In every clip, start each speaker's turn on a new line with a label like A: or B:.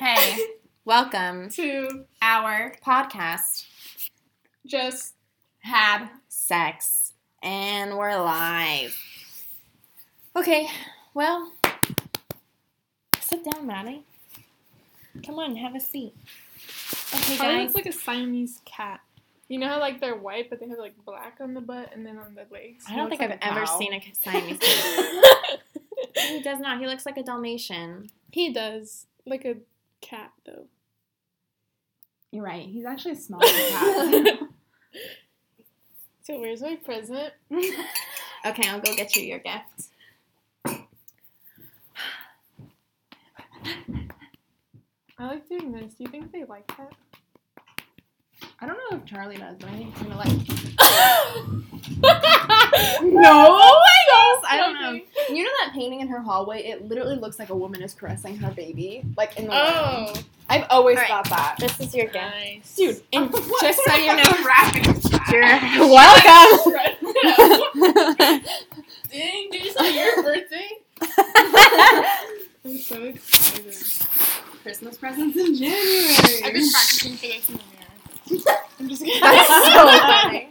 A: Welcome
B: to
A: our podcast,
B: just
A: Had Sex, and we're live. Okay, well, sit down, Maddie. Come on, have a seat. Okay,
B: probably
A: guys.
B: looks like a Siamese cat. You know how like they're white, but they have like black on the butt and then on the legs.
A: I don't think I've ever seen a Siamese cat.
B: it.
A: he does not. He looks like a Dalmatian.
B: he does like a cat though.
C: You're right. He's actually smaller than that.
B: So where's my present?
A: Okay, I'll go get you your gift.
B: I like doing this. Do you think they like that?
C: I don't know if Charlie does, but I think he's gonna like.
A: No, I don't.
C: Oh I don't know. You know that painting in her hallway? It literally looks like a woman is caressing her baby, like in the. Oh.
B: Oh,
C: I've always
A: All right.
C: thought that.
A: This is your gift.
B: nice,
C: Dude,
A: And just so you know,
C: know,
A: you're welcome.
B: Dang, did you say your birthday? I'm so excited.
C: Christmas presents in
B: I've
C: January.
B: been practicing for this in the mirror. I'm just kidding.
A: That's so funny.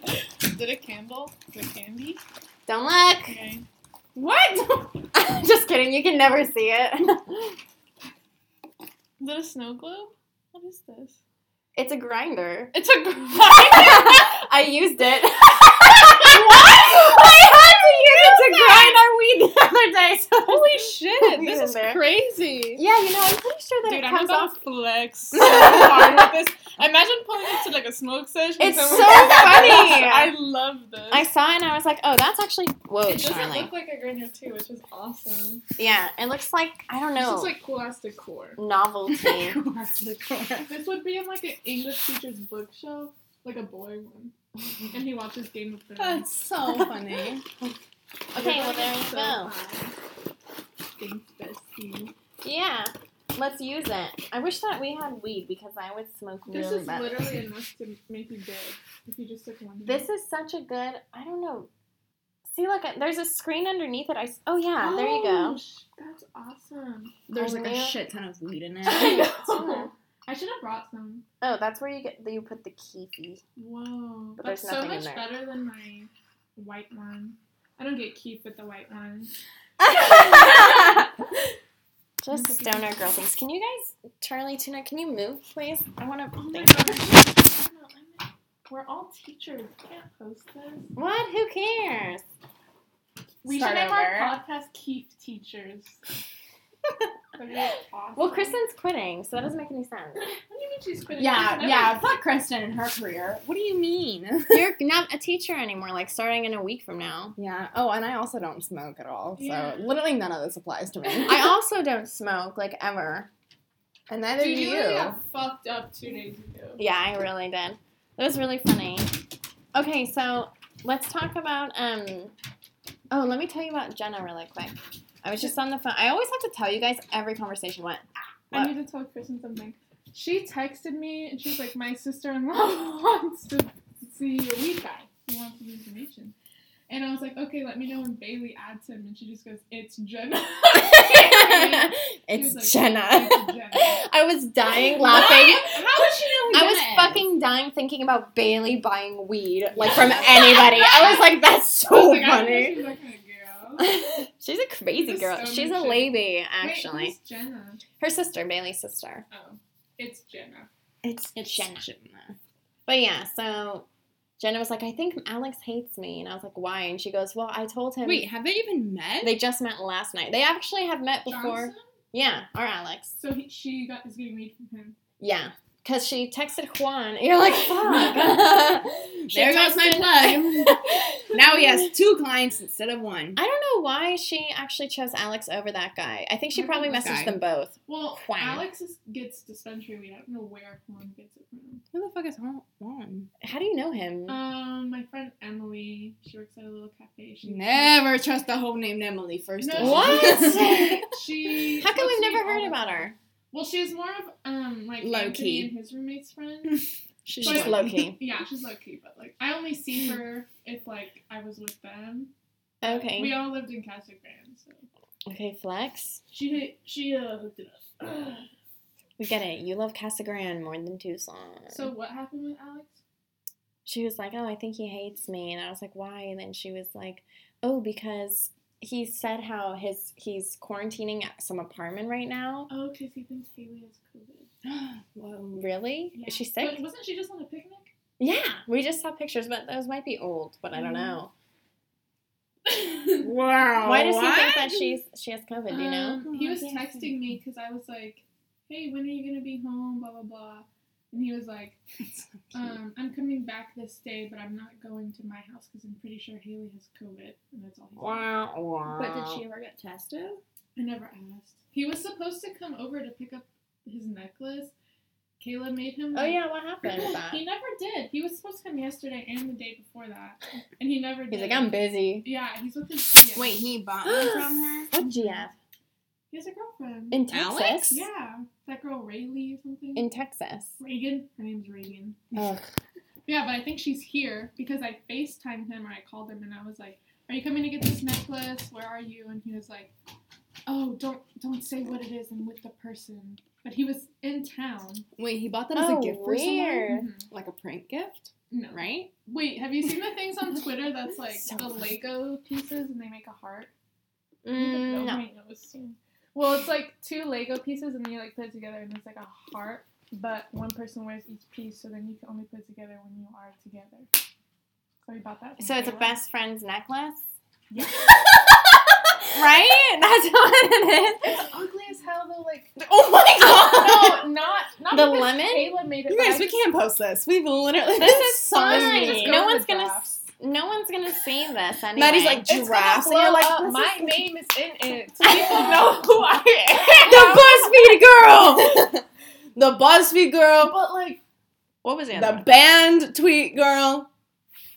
B: Did a candle? The candy?
A: Don't look.
B: Okay.
C: What?
A: Just kidding. You can never see it.
B: Is it a snow globe? What is this?
A: It's a grinder.
B: It's a grinder.
A: I used it. what? I had to use it to grind our weed the other day. So
B: Holy shit!
A: Leave
B: This
A: it
B: is
A: there.
B: crazy.
A: yeah, you know, I'm pretty sure that
B: Dude,
A: it
B: I
A: comes
B: have
A: off.
B: off flex so hard with this. Imagine pulling up to like a smoke session.
A: It's
B: someone
A: so
B: goes,
A: funny.
B: I love this.
A: I saw it and I was like, oh, that's actually whoa,
B: it doesn't
A: Charlie.
B: look like a grinder too, which is awesome.
A: yeah, it looks like I don't
B: This
A: know
B: looks like cool ass decor.
A: novelty.
B: This would be in like an English teacher's bookshelf, like a boring one, and he watches Game of Thrones.
C: That's so funny.
A: Okay, well, there you go.
B: Thanks, bestie.
A: yeah, let's use it. I wish that we had weed because I would smoke
B: This
A: really
B: is
A: bad.
B: literally enough to make you dead if you just took one.
A: This is such a good. I don't know. See, look, there's a screen underneath it. I s- oh yeah, there you go.
B: That's awesome.
C: There's like a
A: Yeah.
C: shit ton of weed in
B: I
C: it.
B: know. I should have brought some.
A: Oh, that's where you get you put the keefy.
B: Whoa,
A: But
B: that's
A: there's
B: so
A: nothing in
B: much
A: there.
B: better than my white one. I don't get keep with the white one.
A: Just stoner girl things. Can you guys, Charlie Tuna, can you move, please? I want
B: Oh
A: to.
B: my
A: Thank
B: god. I know, I know. We're all teachers. We can't post this.
A: What? Who cares?
B: We
C: Start
B: should name our
C: over.
B: podcast Keep Teachers. That'd be awesome.
A: Well, Kristen's quitting, so that doesn't make any sense.
B: What do you mean she's quitting? She's
C: Yeah,
B: never-
C: yeah. Fuck Kristen and her career. What do you mean?
A: You're not a teacher anymore. Like starting in a week from now.
C: Yeah. Oh, and I also don't smoke at all. So
B: Yeah.
C: literally none of this applies to me.
A: I also don't smoke, like ever.
C: and neither
B: Dude,
C: do
B: you
C: you.
B: literally got fucked up two days ago.
A: Yeah, I really did. That was really funny. Okay, so let's talk about um oh, let me tell you about Jenna really quick. I was just on the phone. I always have to tell you guys every conversation went.
B: I need to tell Kristen something. She texted me and she's like, My sister in law wants to see your weed guy. She wants some information. And I was like, Okay, let me know when Bailey adds him. And she just goes, It's Jenna.
A: it's Jenna.
B: like, It's Jenna.
A: I was dying laughing.
B: How would she know who
A: I
B: Jenna
A: was
B: is?
A: fucking dying thinking about Bailey buying weed, like from anybody. I was like, that's
B: I was
A: so
B: like, I knew
A: funny.
B: she was that kind of girl.
A: She's a crazy
B: She's
A: girl.
B: so
A: She's a
B: mature.
A: lady,
B: Wait,
A: actually.
B: who's Jenna?
A: Her sister, Bailey's sister.
B: Oh, it's Jenna.
A: It's But yeah, so Jenna was like, I think Alex hates me. And I was like, why? And she goes, well, I told him.
C: Wait, have they even met?
A: They just met last night. They actually have met before.
B: Johnson?
A: Yeah, our Alex.
B: So he, she got is getting weed from him.
A: Yeah. Because she texted Juan. And you're like, fuck. She
C: there goes my
A: texted-
C: plug. now he has two clients instead of one.
A: I don't know why she actually chose Alex over that guy. I think she
B: I
A: probably
B: think
C: this
A: messaged
C: guy.
A: them both.
B: Well,
A: Juan.
B: Alex is, gets dispensary weed. I don't know where Juan gets it from.
C: Who the fuck is Juan- Juan?
A: How do you know him?
B: Um, my friend Emily, she works at a little cafe. She
C: Never trust a hoe named Emily. First
B: No,
C: of
B: she-
C: all,
A: What?
B: she.
A: How come
B: looks
A: we've
B: me
A: never
B: all
A: heard
B: the-
A: about her?
B: Well, she's more of um like
C: Low
B: Anthony
C: key.
B: and his roommate's friend.
C: She's
B: But-
A: She's low key.
B: yeah, she's low key, but like I only see her if like I was with them. We
A: Okay.
B: all lived in Castle Grand, so
A: Okay, flex.
B: she she uh, hooked it up.
A: We get it. You love Casa Grande more than Tucson.
B: So what happened with Alex?
A: she was like, "Oh, I think he hates me," and I was like, "Why?" And then she was like, "Oh, because he said how his he's quarantining at some apartment right now."
B: Oh, because he thinks Haley has COVID.
A: Whoa, really?
B: Yeah.
A: Is she
B: But
A: sick?
B: wasn't she just on a picnic?
A: yeah, we just saw pictures, but those might be old. But I
C: Mm-hmm.
A: don't know.
C: Wow.
A: Why does he think that she's she has COVID? Do you know?
B: Um, he was
A: Yeah.
B: texting me because I was like, "Hey, when are you gonna be home?" Blah blah blah, and he was like, um, "I'm coming back this day, but I'm not going to my house because I'm pretty sure Haley has COVID, and that's all." He said.
A: Wow, wow.
C: Um, But did she ever get tested?
B: I never asked. He was supposed to come over to pick up his necklace. Kayla made him.
A: Oh
B: like-
A: yeah, what happened? with that?
B: He never did. He was supposed to come yesterday and the day before that, and he never
A: He's
B: did.
A: like, I'm busy.
B: Yeah, he's with his. GF.
C: Wait, he bought one from her.
A: What GF
B: he has a girlfriend.
A: in
C: Alex?
A: Texas?
B: yeah, that girl Rayleigh or something.
A: in Texas.
B: Reagan. Her name's Reagan.
A: Ugh.
B: Yeah, but I think she's here because I FaceTimed him or I called him and I was like, "Are you coming to get this necklace? Where are you?" And he was like, "Oh, don't don't say what it is. I'm with the person." But he was in town.
C: Wait, he bought that as
A: Oh,
C: a gift for someone?
A: weird.
B: Mhm.
C: Like a prank gift,
B: No.
C: right?
B: Wait, have you seen the things on Twitter that's like
A: So
B: the
A: funny.
B: Lego pieces and they make a heart?
A: Mm, no.
B: Nobody knows soon. Well, it's like two Lego pieces and you like put it together and it's like a heart, but one person wears each piece, so then you can only put it together when you are together. So we bought that. from
A: So it's a
B: Kayla.
A: best friend's necklace.
B: Yeah.
A: Right? That's what it is.
B: It's ugly as hell though. Like
C: Oh my
B: no, not not
A: The
B: because
A: lemon?
B: Kayla made it.
C: you
B: but I
C: guys, we
B: just-
C: can't post this. We've literally
A: This is
C: so many-
B: fine.
A: funny.
B: Just go
A: No
B: with
A: one's
B: the
A: gonna
B: drafts.
A: no one's gonna see this anyway.
C: Maddie's like
B: It's gonna
C: giraffes, and
B: blow
C: you're like,
B: up.
C: this
B: my
C: is-
B: name is in it. So people know who I am.
C: the BuzzFeed girl, the BuzzFeed girl,
B: But like,
A: what was the other
C: the
A: one?
C: band tweet girl.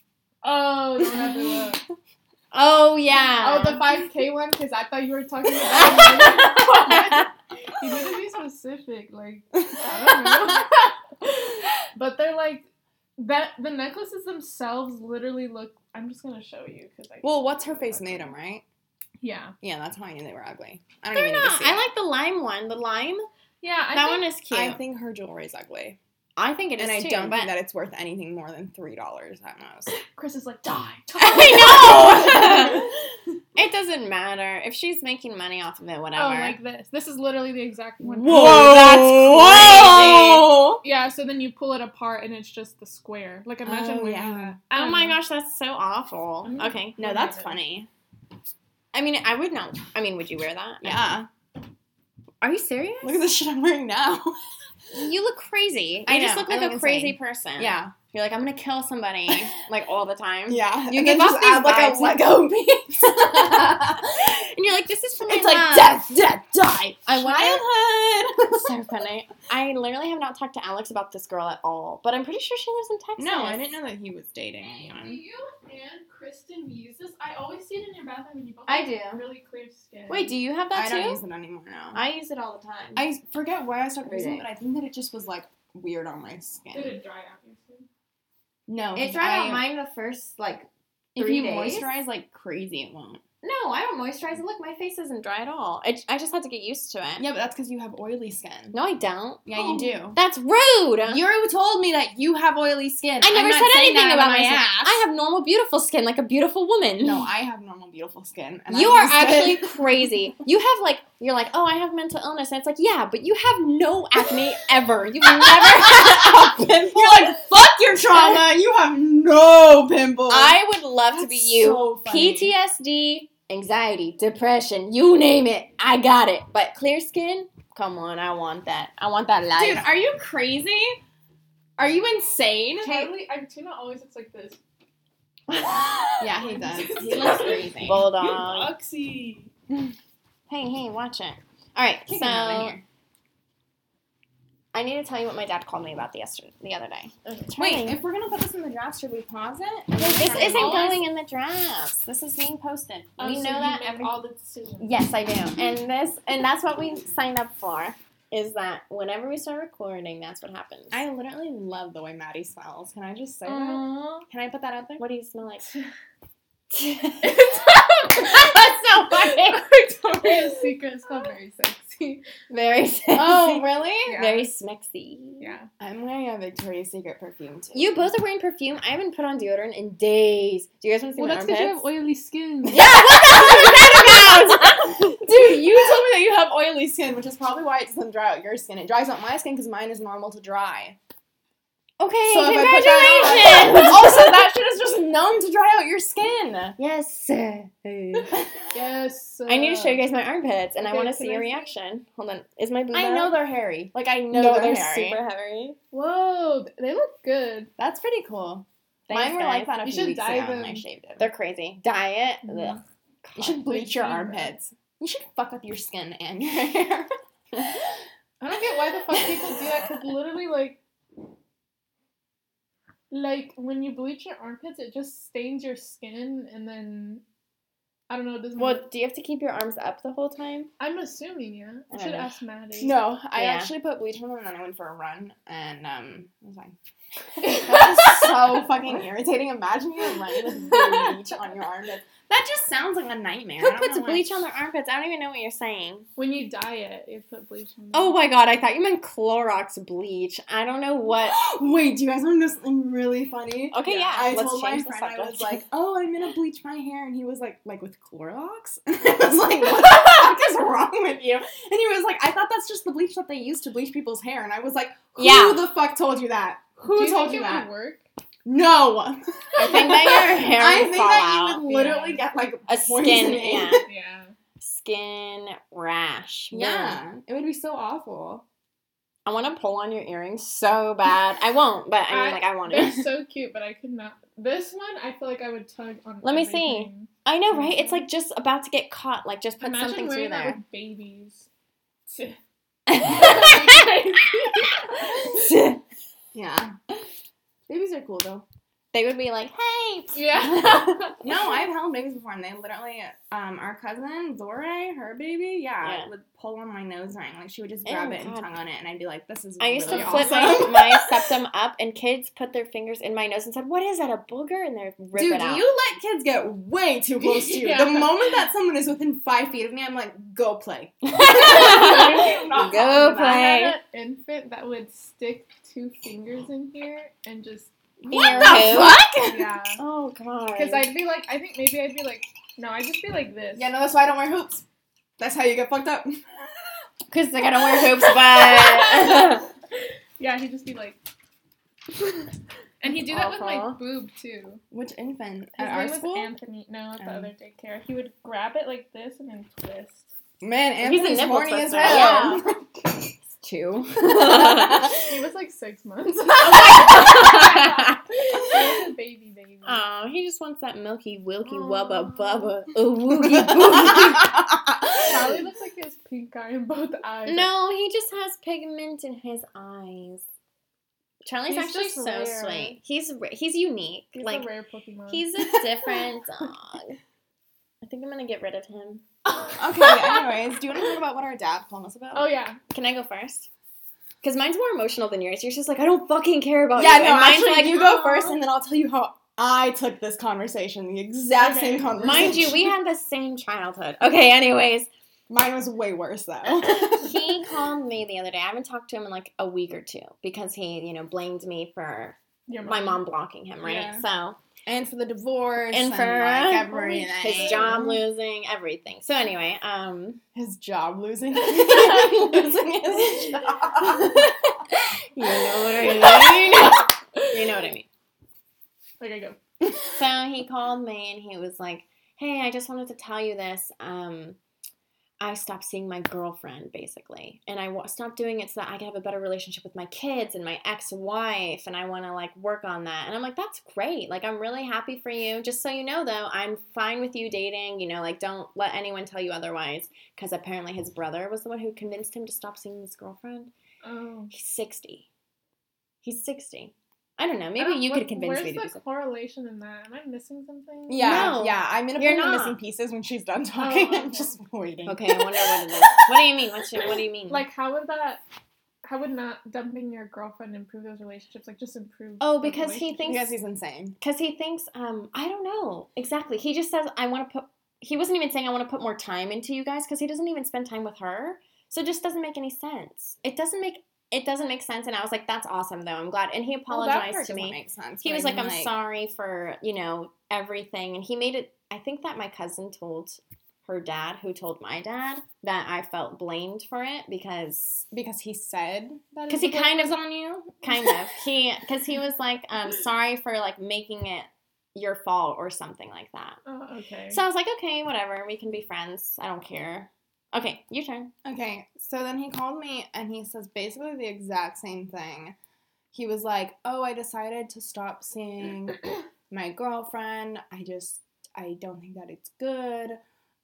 B: oh, don't have to look.
A: Oh yeah.
B: Oh, the five K one because I thought you were talking about. you need to be specific, like I don't know. but they're like that. The necklaces themselves literally look. I'm just gonna show you because I.
C: Well, what's her face made them, right?
B: yeah,
C: Yeah, that's how I knew they were ugly. I don't
A: They're
C: even need to
A: not.
C: see
A: I
C: it.
A: like the lime one. The lime.
B: yeah. I
A: that
B: think-
A: one is cute.
C: I think her jewelry is ugly,
A: it is
C: and I
A: too.
C: don't
A: but
C: think that it's worth anything more than three dollars at most.
B: Chris is like die.
A: I know. it doesn't matter if she's making money off of it. Whatever.
B: Oh, like this. This is literally the exact one.
C: Whoa,
B: Yeah, so then you pull it apart and it's just the square. Like imagine
C: Oh,
B: wearing
C: yeah.
B: that.
A: oh my gosh, that's so awful.
B: I'm gonna
A: Okay,
B: look
A: no,
B: at
A: that's
B: it.
A: funny. I mean, I would not. I mean, would you wear that?
C: Yeah,
A: Are you serious?
C: look at the shit I'm wearing now.
A: You look crazy.
C: I
A: you just
C: know,
A: look
C: I
A: like
C: look
A: a crazy
C: insane.
A: person.
C: Yeah,
A: You're like, I'm gonna kill somebody like all the time.
C: Yeah,
A: You give
C: and then
A: off
C: just
A: these
C: add like
A: vibes.
C: a Lego piece.
A: And you're like, this is for my
C: it's like
A: mom.
C: death, death, die.
A: I wanna-
C: childhood.
A: It's so funny. I literally have not talked to Alex about this girl at all, but I'm pretty sure she lives in Texas.
C: know that he was dating
B: Do you and Kristen use this? I always see it in your bathroom and you both
A: I
B: have
A: do.
B: really clear skin.
A: Wait, do you have that
C: I
A: too?
C: don't use it anymore now. I,
A: I use it all the time.
C: forget where I started using it,
A: Really?
C: but I think that it just was like weird on my skin.
B: Did it dry out your skin?
C: No,
A: it
C: 'cause
A: dried out
C: I-
A: mine the first like.
C: If
A: three
C: you
A: days.
C: moisturize like crazy, it won't.
A: No, I don't moisturize it. Look, my face isn't dry at all. It, I just had to get used to it.
C: Yeah, but that's because you have oily skin.
A: No, I don't.
C: Yeah, you do.
A: That's rude.
C: You told me that you have oily skin.
A: I
C: I'm
A: never
C: not
A: said
C: saying that
A: anything
C: out of
A: about
C: my
A: myself.
C: ass.
A: I have normal, beautiful skin, like a beautiful woman.
C: No, I have normal, beautiful skin. and
A: you
C: I
A: are
C: use it.
A: actually crazy. You have like you're like, oh, I have mental illness, and it's like, yeah, but you have no acne ever. You've never had a pimple.
C: You're like, fuck your trauma. You have no pimples.
A: I would love to
C: That's
A: be you.
C: so funny.
A: PTSD, anxiety, depression, you name it, I got it. But clear skin, come on, I want that. I want that life.
C: Dude, are you crazy? Are you insane?
B: Charlie, I, Tuna always looks like this.
C: Yeah, he does. He looks crazy.
A: Bulldog.
B: Oxy.
A: Hey, hey, watch it. All right,
C: Kick him out of
A: so
C: here.
A: I need to tell you what my dad called me about the yesterday, the other day.
C: Wait, if we're gonna put this in the draft, should we pause it?
A: This
B: Okay.
A: isn't
B: Always-
A: going in the drafts. This is being posted.
C: Oh,
B: Oh,
A: we know that every.
B: all the decisions.
A: yes, I do. And this, and that's what we signed up for. Is that whenever we start recording, that's what happens.
C: I literally love the way Maddie smells. Can I just say
A: Mm.
C: that?
B: Aww.
C: Can I put that out there?
A: What do you smell like?
C: That's so
A: funny.
B: Victoria's Secret is not very sexy.
C: sexy.
A: Very sexy.
C: Oh, really?
B: Yeah.
A: Very smexy.
B: Yeah.
C: I'm wearing a Victoria's Secret perfume too.
A: You both are wearing perfume. I haven't put on deodorant in days. Do you guys want to see
B: Well,
A: my
B: that's because you have
A: armpits?
B: oily skin.
A: Yeah, that's what I'm talking about.
C: Dude, you told me that you have oily skin, which is probably why it doesn't dry out your skin. It dries out my skin because mine is normal to dry.
A: Okay,
C: So if I put that on-
A: congratulations.
C: also, that shit is just known to dry out your skin.
A: yes.
B: Yes.
A: I need to show you guys my armpits, and Um, I
B: Okay,
A: want to
B: can
A: see
B: I
A: a
B: see?
A: reaction. Hold on, is my boob?
C: I
A: out?
C: know they're hairy. Like I know
A: No,
C: they're,
A: they're
C: hairy.
A: super hairy.
B: Whoa, they look good.
C: That's pretty cool.
A: Thanks,
C: mine were
A: guys.
C: like that a
B: You
C: few
B: should
C: weeks
B: dye
C: ago, and
B: them.
C: I shaved it.
A: They're crazy. Diet.
B: Mhm.
A: Ugh.
C: you should bleach your
B: bleach them.
C: armpits. You should fuck up your skin and your hair.
B: I don't get why the fuck people do that because literally, like, like when you bleach your armpits, it just stains your skin, and then I don't know. It doesn't.
A: Well, do you have to keep your arms up the whole time?
B: I'm assuming, yeah.
A: I
B: I
A: don't
B: should
A: know.
B: ask Maddie.
C: no, I
A: Yeah.
C: actually put bleach on them and then I went for a run and um, it was fine. That is so fucking irritating. Imagine you running with bleach on your armpits. That just sounds like a nightmare. I
A: Who
C: don't
A: puts
C: know why.
A: bleach on their armpits? I don't even know what you're saying.
B: When you dye it, you put bleach on.
A: Oh my god, I thought you meant Clorox bleach. I don't know what.
C: Wait, do you guys want to know something really funny?
A: Okay, yeah.
C: I
A: let's
C: told my
A: change the
C: friend I was
A: subject.
C: like, "Oh, I'm gonna bleach my hair," and he was like, "Like with Clorox?" And I was like, "What the fuck is wrong with you?" And he was like, "I thought that's just the bleach that they use to bleach people's hair," and I was like, "Who
A: Yeah.
C: the fuck told you that?
B: Do
C: Who
B: you
C: told
B: think
C: you
B: it
C: that?
B: would work?
C: No,
A: I think that your hair
C: I
A: would
C: think
A: fall
C: that
A: out.
C: you would literally get like
A: a skin,
C: poisoning.
A: yeah,
B: Yeah.
A: skin rash. Ugh.
C: yeah, it would be so awful."
A: I want to pull on your earrings so bad. I won't, but I mean,
B: I-
A: like, I want
B: They're
A: to.
B: so cute, but I could not. This one, I feel like I would tug on.
A: Let me see.
B: everything.
A: I know, right? It's like just about to get caught. Like, just put
B: Imagine
A: something through
B: wearing that
A: there.
B: with babies.
C: Yeah, babies are cool though.
A: they would be like, "Hey,
B: yeah.
C: No, I've held babies before, and they literally, um, our cousin Zore, her baby, yeah,
A: Yeah.
C: would pull on my nose ring. Like she would just
A: Oh,
C: grab it and
A: God.
C: tongue on it, and I'd be like, "This is."
A: I used to
C: really
A: flip
C: awesome.
A: my, my septum up, and kids put their fingers in my nose and said, "What is that? A booger?" And they rip
C: Dude,
A: it out.
C: you let kids get way too close to you.
B: Yeah.
C: The moment that someone is within five feet of me, I'm like, "Go play." I'm not
A: Go
C: talking about
B: I had
A: play.
B: an infant that would stick two fingers in here and just
A: Ear
C: What the
A: hoop.
C: fuck?
B: yeah.
A: Oh god.
B: Because I'd be like, I think maybe I'd be like, no, I'd just be like this.
C: Yeah, no, that's why I don't wear hoops. That's how you get fucked up.
A: Because I gotta wear hoops, but
B: Yeah, he'd just be like, and he'd do that with my
A: Awful.
B: boob too.
C: Which infant
B: His
C: at our
B: name
C: school?
B: was Anthony. No, at the
C: Um.
B: other daycare, he would grab it like this and then twist.
C: Man,
A: He's a
C: Anthony's
A: nipple
C: horny as
A: twister.
C: hell.
A: it's two.
B: He was like six months. He was a baby baby.
A: Oh, he just wants that milky, wilky,
B: Aw.
A: wubba, bubba, a woogie boogie.
B: Probably looks like he has pink eye in both eyes.
A: No, he just has pigment in his eyes. Charlie's
B: He's
A: actually
B: just
A: so
B: rare.
A: sweet. He's ra- he's unique.
B: he's
A: like
B: a rare Pokemon.
A: he's a different dog. I think I'm gonna get rid of him.
C: Okay, anyways, do you want to talk about what our dad told us about?
B: oh yeah.
A: Can I go first? Because mine's more emotional than yours. Yours is like I don't fucking care about
C: yeah,
A: you.
C: no,
A: And mine's
C: actually,
A: like,
C: you go
B: "Aw."
C: first, and then I'll tell you how I took this conversation. The exact
B: Okay.
C: same conversation.
A: mind you, we had the same childhood. Okay, anyways,
C: Mine was way worse, though.
A: he called me the other day. I haven't talked to him in like a week or two because he, you know, blamed me for
B: Your
A: my mom blocking him, right?
B: Yeah.
A: So
C: and for the divorce.
A: And for,
C: like,
A: uh,
C: everything.
A: his job losing, everything. So anyway, um,
C: His job losing. losing his job.
A: You know what I mean? you know what I mean.
B: Like I go.
A: So he called me and he was like, Hey, I just wanted to tell you this. Um, I stopped seeing my girlfriend basically, and I wa- stopped doing it so that I could have a better relationship with my kids and my ex wife, and I want to like work on that. And I'm like, That's great. Like, I'm really happy for you. Just so you know, though, I'm fine with you dating. You know, like, don't let anyone tell you otherwise, because apparently his brother was the one who convinced him to stop seeing his girlfriend.
B: Oh.
A: He's 60. He's 60. I don't know. Maybe
B: don't-
A: you
B: what-
A: could convince me to do
B: Where's the
A: something.
B: correlation in that? Am I missing something?
C: Yeah,
A: No,
C: yeah. I'm gonna
A: you're
C: put the
A: not. Oh.
C: missing pieces when she's done talking. I'm just waiting.
A: Okay, I wonder what it is. What do you mean? What's your, what do you mean?
B: Like, how would that? How would not dumping your girlfriend improve those relationships? Like, just improve.
A: Oh,
B: the
A: because he
B: relationship?
A: thinks-
C: Because he's insane.
A: because he thinks, um, I don't know exactly. He just says, I want to put. He wasn't even saying I want to put more time into you guys because he doesn't even spend time with her. So it just doesn't make any sense. It doesn't make it doesn't make sense. And I was like, that's awesome though. I'm glad. And he
C: Well, that
A: apologized
C: part
A: to
C: doesn't
A: me.
C: make sense,
A: He
C: but
A: was
C: I
A: like,
C: mean,
A: I'm sorry for, you know, everything. And he made it, I think that my cousin told her dad, who told my dad, that I felt blamed for it because.
C: because he said that.
A: Because he
C: his
A: kind
C: dick
A: of
C: was on you.
A: Kind of. He, because he was like, um, sorry for like making it your fault or something like that.
B: Oh, okay.
A: So I was like, okay, whatever. We can be friends. I don't care. Okay, your turn.
C: Okay, so then he called me and he says basically the exact same thing. He was like, "Oh, I decided to stop seeing my girlfriend. I just I don't think that it's good."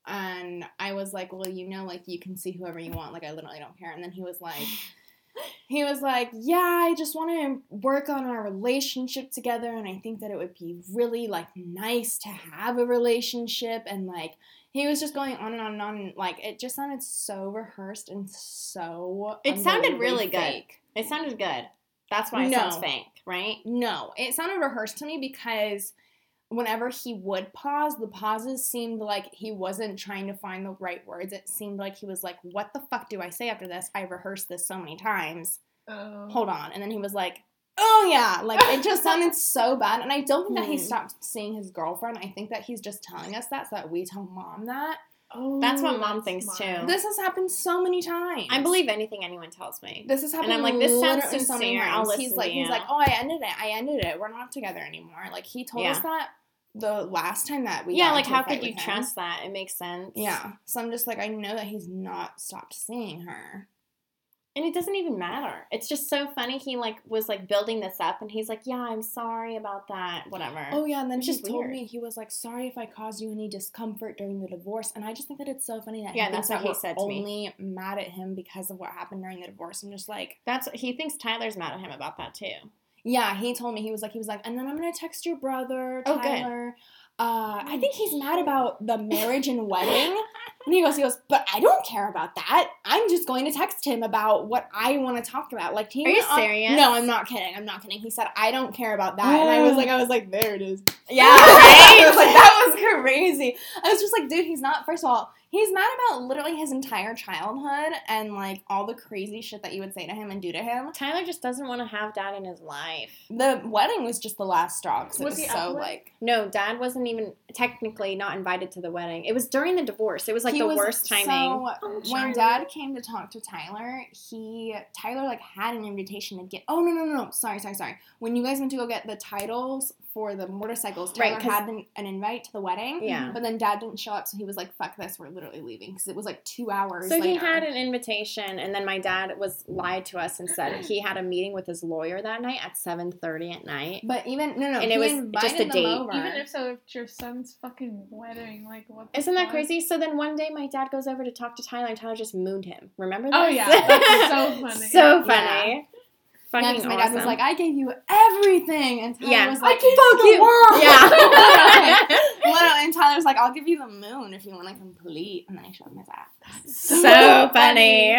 C: And I was like, "Well, you know, like you can see whoever you want. Like I literally don't care." And then he was like, he was like, "Yeah, I just want to work on our relationship together, and I think that it would be really like nice to have a relationship." And like he was just going on and on and on. Like it just sounded so rehearsed and so.
A: It sounded really
C: unbelievably
A: good. It sounded good. That's why it
C: No.
A: sounds fake, right?
C: No, it sounded rehearsed to me because whenever he would pause, the pauses seemed like he wasn't trying to find the right words. It seemed like he was like, "What the fuck do I say after this? I rehearsed this so many times."
B: Oh.
C: hold on. And then he was like, oh yeah. Like it just sounded so bad. And I don't think that he
A: Hmm.
C: stopped seeing his girlfriend. I think that he's just telling us that so that we tell mom that.
B: Oh,
A: That's what mom
B: that's
A: thinks,
B: smart.
A: too.
C: This has happened so many times.
A: I believe anything anyone tells me.
C: This has happened.
A: I'm like, this sounds
C: literally so many
A: sincere. I'll
C: times.
A: listen
C: He's
A: to
C: like, he's
A: you.
C: like, oh, I ended it. I ended it. We're not together anymore. Like he told us
A: Yeah.
C: that the last time that we
A: yeah,
C: got
A: like
C: into a
A: how
C: fight
A: could you
C: with him.
A: trust that? It makes sense.
C: Yeah. So I'm just like, I know that he's not stopped seeing her.
A: And it doesn't even matter. It's just so funny. He like was like building this up and he's like, Yeah, I'm sorry about that. Whatever.
C: Oh yeah, and then
A: It's
C: he
A: just
C: told
A: weird.
C: me he was like, "Sorry if I caused you any discomfort during the divorce." And I just think that it's so funny that
A: Yeah, and
C: he thinks
A: that's
C: that
A: what he
C: we're
A: said to me.
C: only mad at him because of what happened during the divorce. I'm just like,
A: That's he thinks Tyler's mad at him about that too.
C: yeah, he told me he was like, he was like, and then I'm gonna text your brother
A: Oh, good.
C: Tyler. Uh, I think he's mad about the marriage and wedding. And he goes, he goes, but I don't care about that. I'm just going to text him about what I want to talk about. Like, he
A: Are you
C: went on-
A: serious?
C: No, I'm not kidding. I'm not kidding. He said, I don't care about that. And I was
A: Ugh.
C: like, I was like, there it is.
A: Yeah,
C: I
A: right?
C: was like, that was crazy. I was just like, dude, he's not. First of all, he's mad about literally his entire childhood and like all the crazy shit that you would say to him and do to him.
A: Tyler just doesn't want to have dad in his life.
C: The wedding was just the last straw because it
B: Was
C: was,
B: he at
C: so
B: the wedding?
C: like
A: No, dad wasn't even technically not invited to the wedding. It was during the divorce. It was like
C: he
A: the
C: was
A: worst timing.
C: So,
B: Oh, Charlie.
C: when dad came to talk to Tyler, he Tyler like had an invitation to get. Oh no no no no! Sorry sorry sorry. When you guys went to go get the titles for the motorcycles,
A: Right,
C: Tyler
A: 'cause-
C: had an, an invite to the wedding.
A: Yeah.
C: But then dad didn't show up, so he was like, "Fuck this, we're literally leaving." Because it was like two hours.
A: So he
C: later.
A: had an invitation, and then my dad was lied to us and said he had a meeting with his lawyer that night at seven thirty at night.
C: But even no no,
A: And
C: he
A: it was
C: invited
A: just a
C: them
A: date.
C: over.
B: Even if so, if it's your son's fucking wedding, like what? the
A: Isn't that
B: fuck?
A: crazy? So then one day my dad goes over to talk to Tyler, and Tyler just mooned him. Remember that?
B: Oh yeah, that's so funny.
A: so
C: Yeah.
A: funny.
C: yeah,
A: Fucking
C: 'cause my dad was
A: awesome.
C: like, "I gave you everything," and Tyler
A: Yeah.
C: was
A: I
C: like,
B: gave you
C: "Fuck
B: the
C: you."
B: world.
C: "Oh."
A: yeah.
C: Well, and Tyler's like, "I'll give you the moon if you want to complete," and then I showed him his ass.
A: so funny.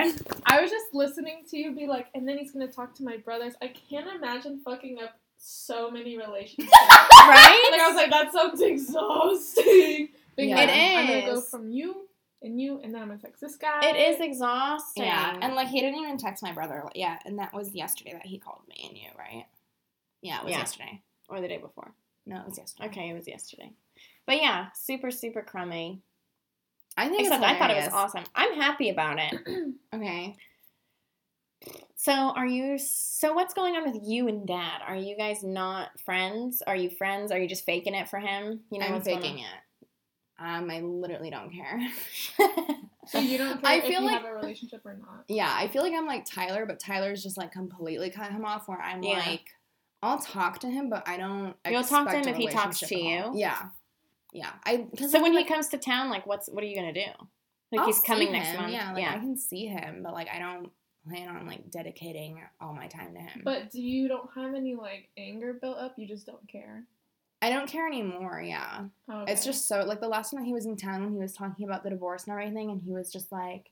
B: I was just listening to you be like, and then he's gonna talk to my brothers. I can't imagine fucking up so many relationships. like
A: right?
B: I was like, that sounds exhausting. Being
C: Yeah.
B: like,
A: It
B: I'm gonna go
A: is.
B: from you and you, and then I'm gonna text this guy.
A: It is exhausting.
C: Yeah, and like he didn't even text my brother. Like, Yeah, and that was yesterday that he called me and you, right? Yeah, it was
A: Yeah.
C: yesterday.
A: or the day before.
C: No, it was yesterday.
A: Okay, it was yesterday. But yeah, super super crummy.
C: I think
A: Except
C: it's
A: I thought it was
C: hilarious.
A: awesome. I'm happy about it.
C: Okay,
A: So are you so what's going on with you and dad? Are you guys not friends? Are you friends? Are you just faking it for him? You know
C: I'm
A: what's going
C: faking it. Um, I literally don't care.
B: So you don't care
C: I
B: if
C: feel
B: you
C: like-
B: have a relationship or not.
C: yeah, I feel like I'm like Tyler, but Tyler's just like completely cut him off. Where I'm
A: Yeah.
C: like, I'll talk to him, but I don't.
A: You'll talk to
C: expect
A: him if
C: a
A: he talks
C: relationship
A: to
C: at all.
A: you?
C: Yeah, yeah. I
A: on?
C: because
A: So when he comes to town, like what's what are you gonna do? Like he's coming next month.
C: Yeah,
A: Yeah,
C: like, I can see him, but like I don't plan on like dedicating all my time to him.
B: But do you don't have any like anger built up? You just don't care.
C: I don't care anymore. Yeah.
B: Oh,
C: It's just so like the last time that he was in town when he was talking about the divorce and everything, and he was just like,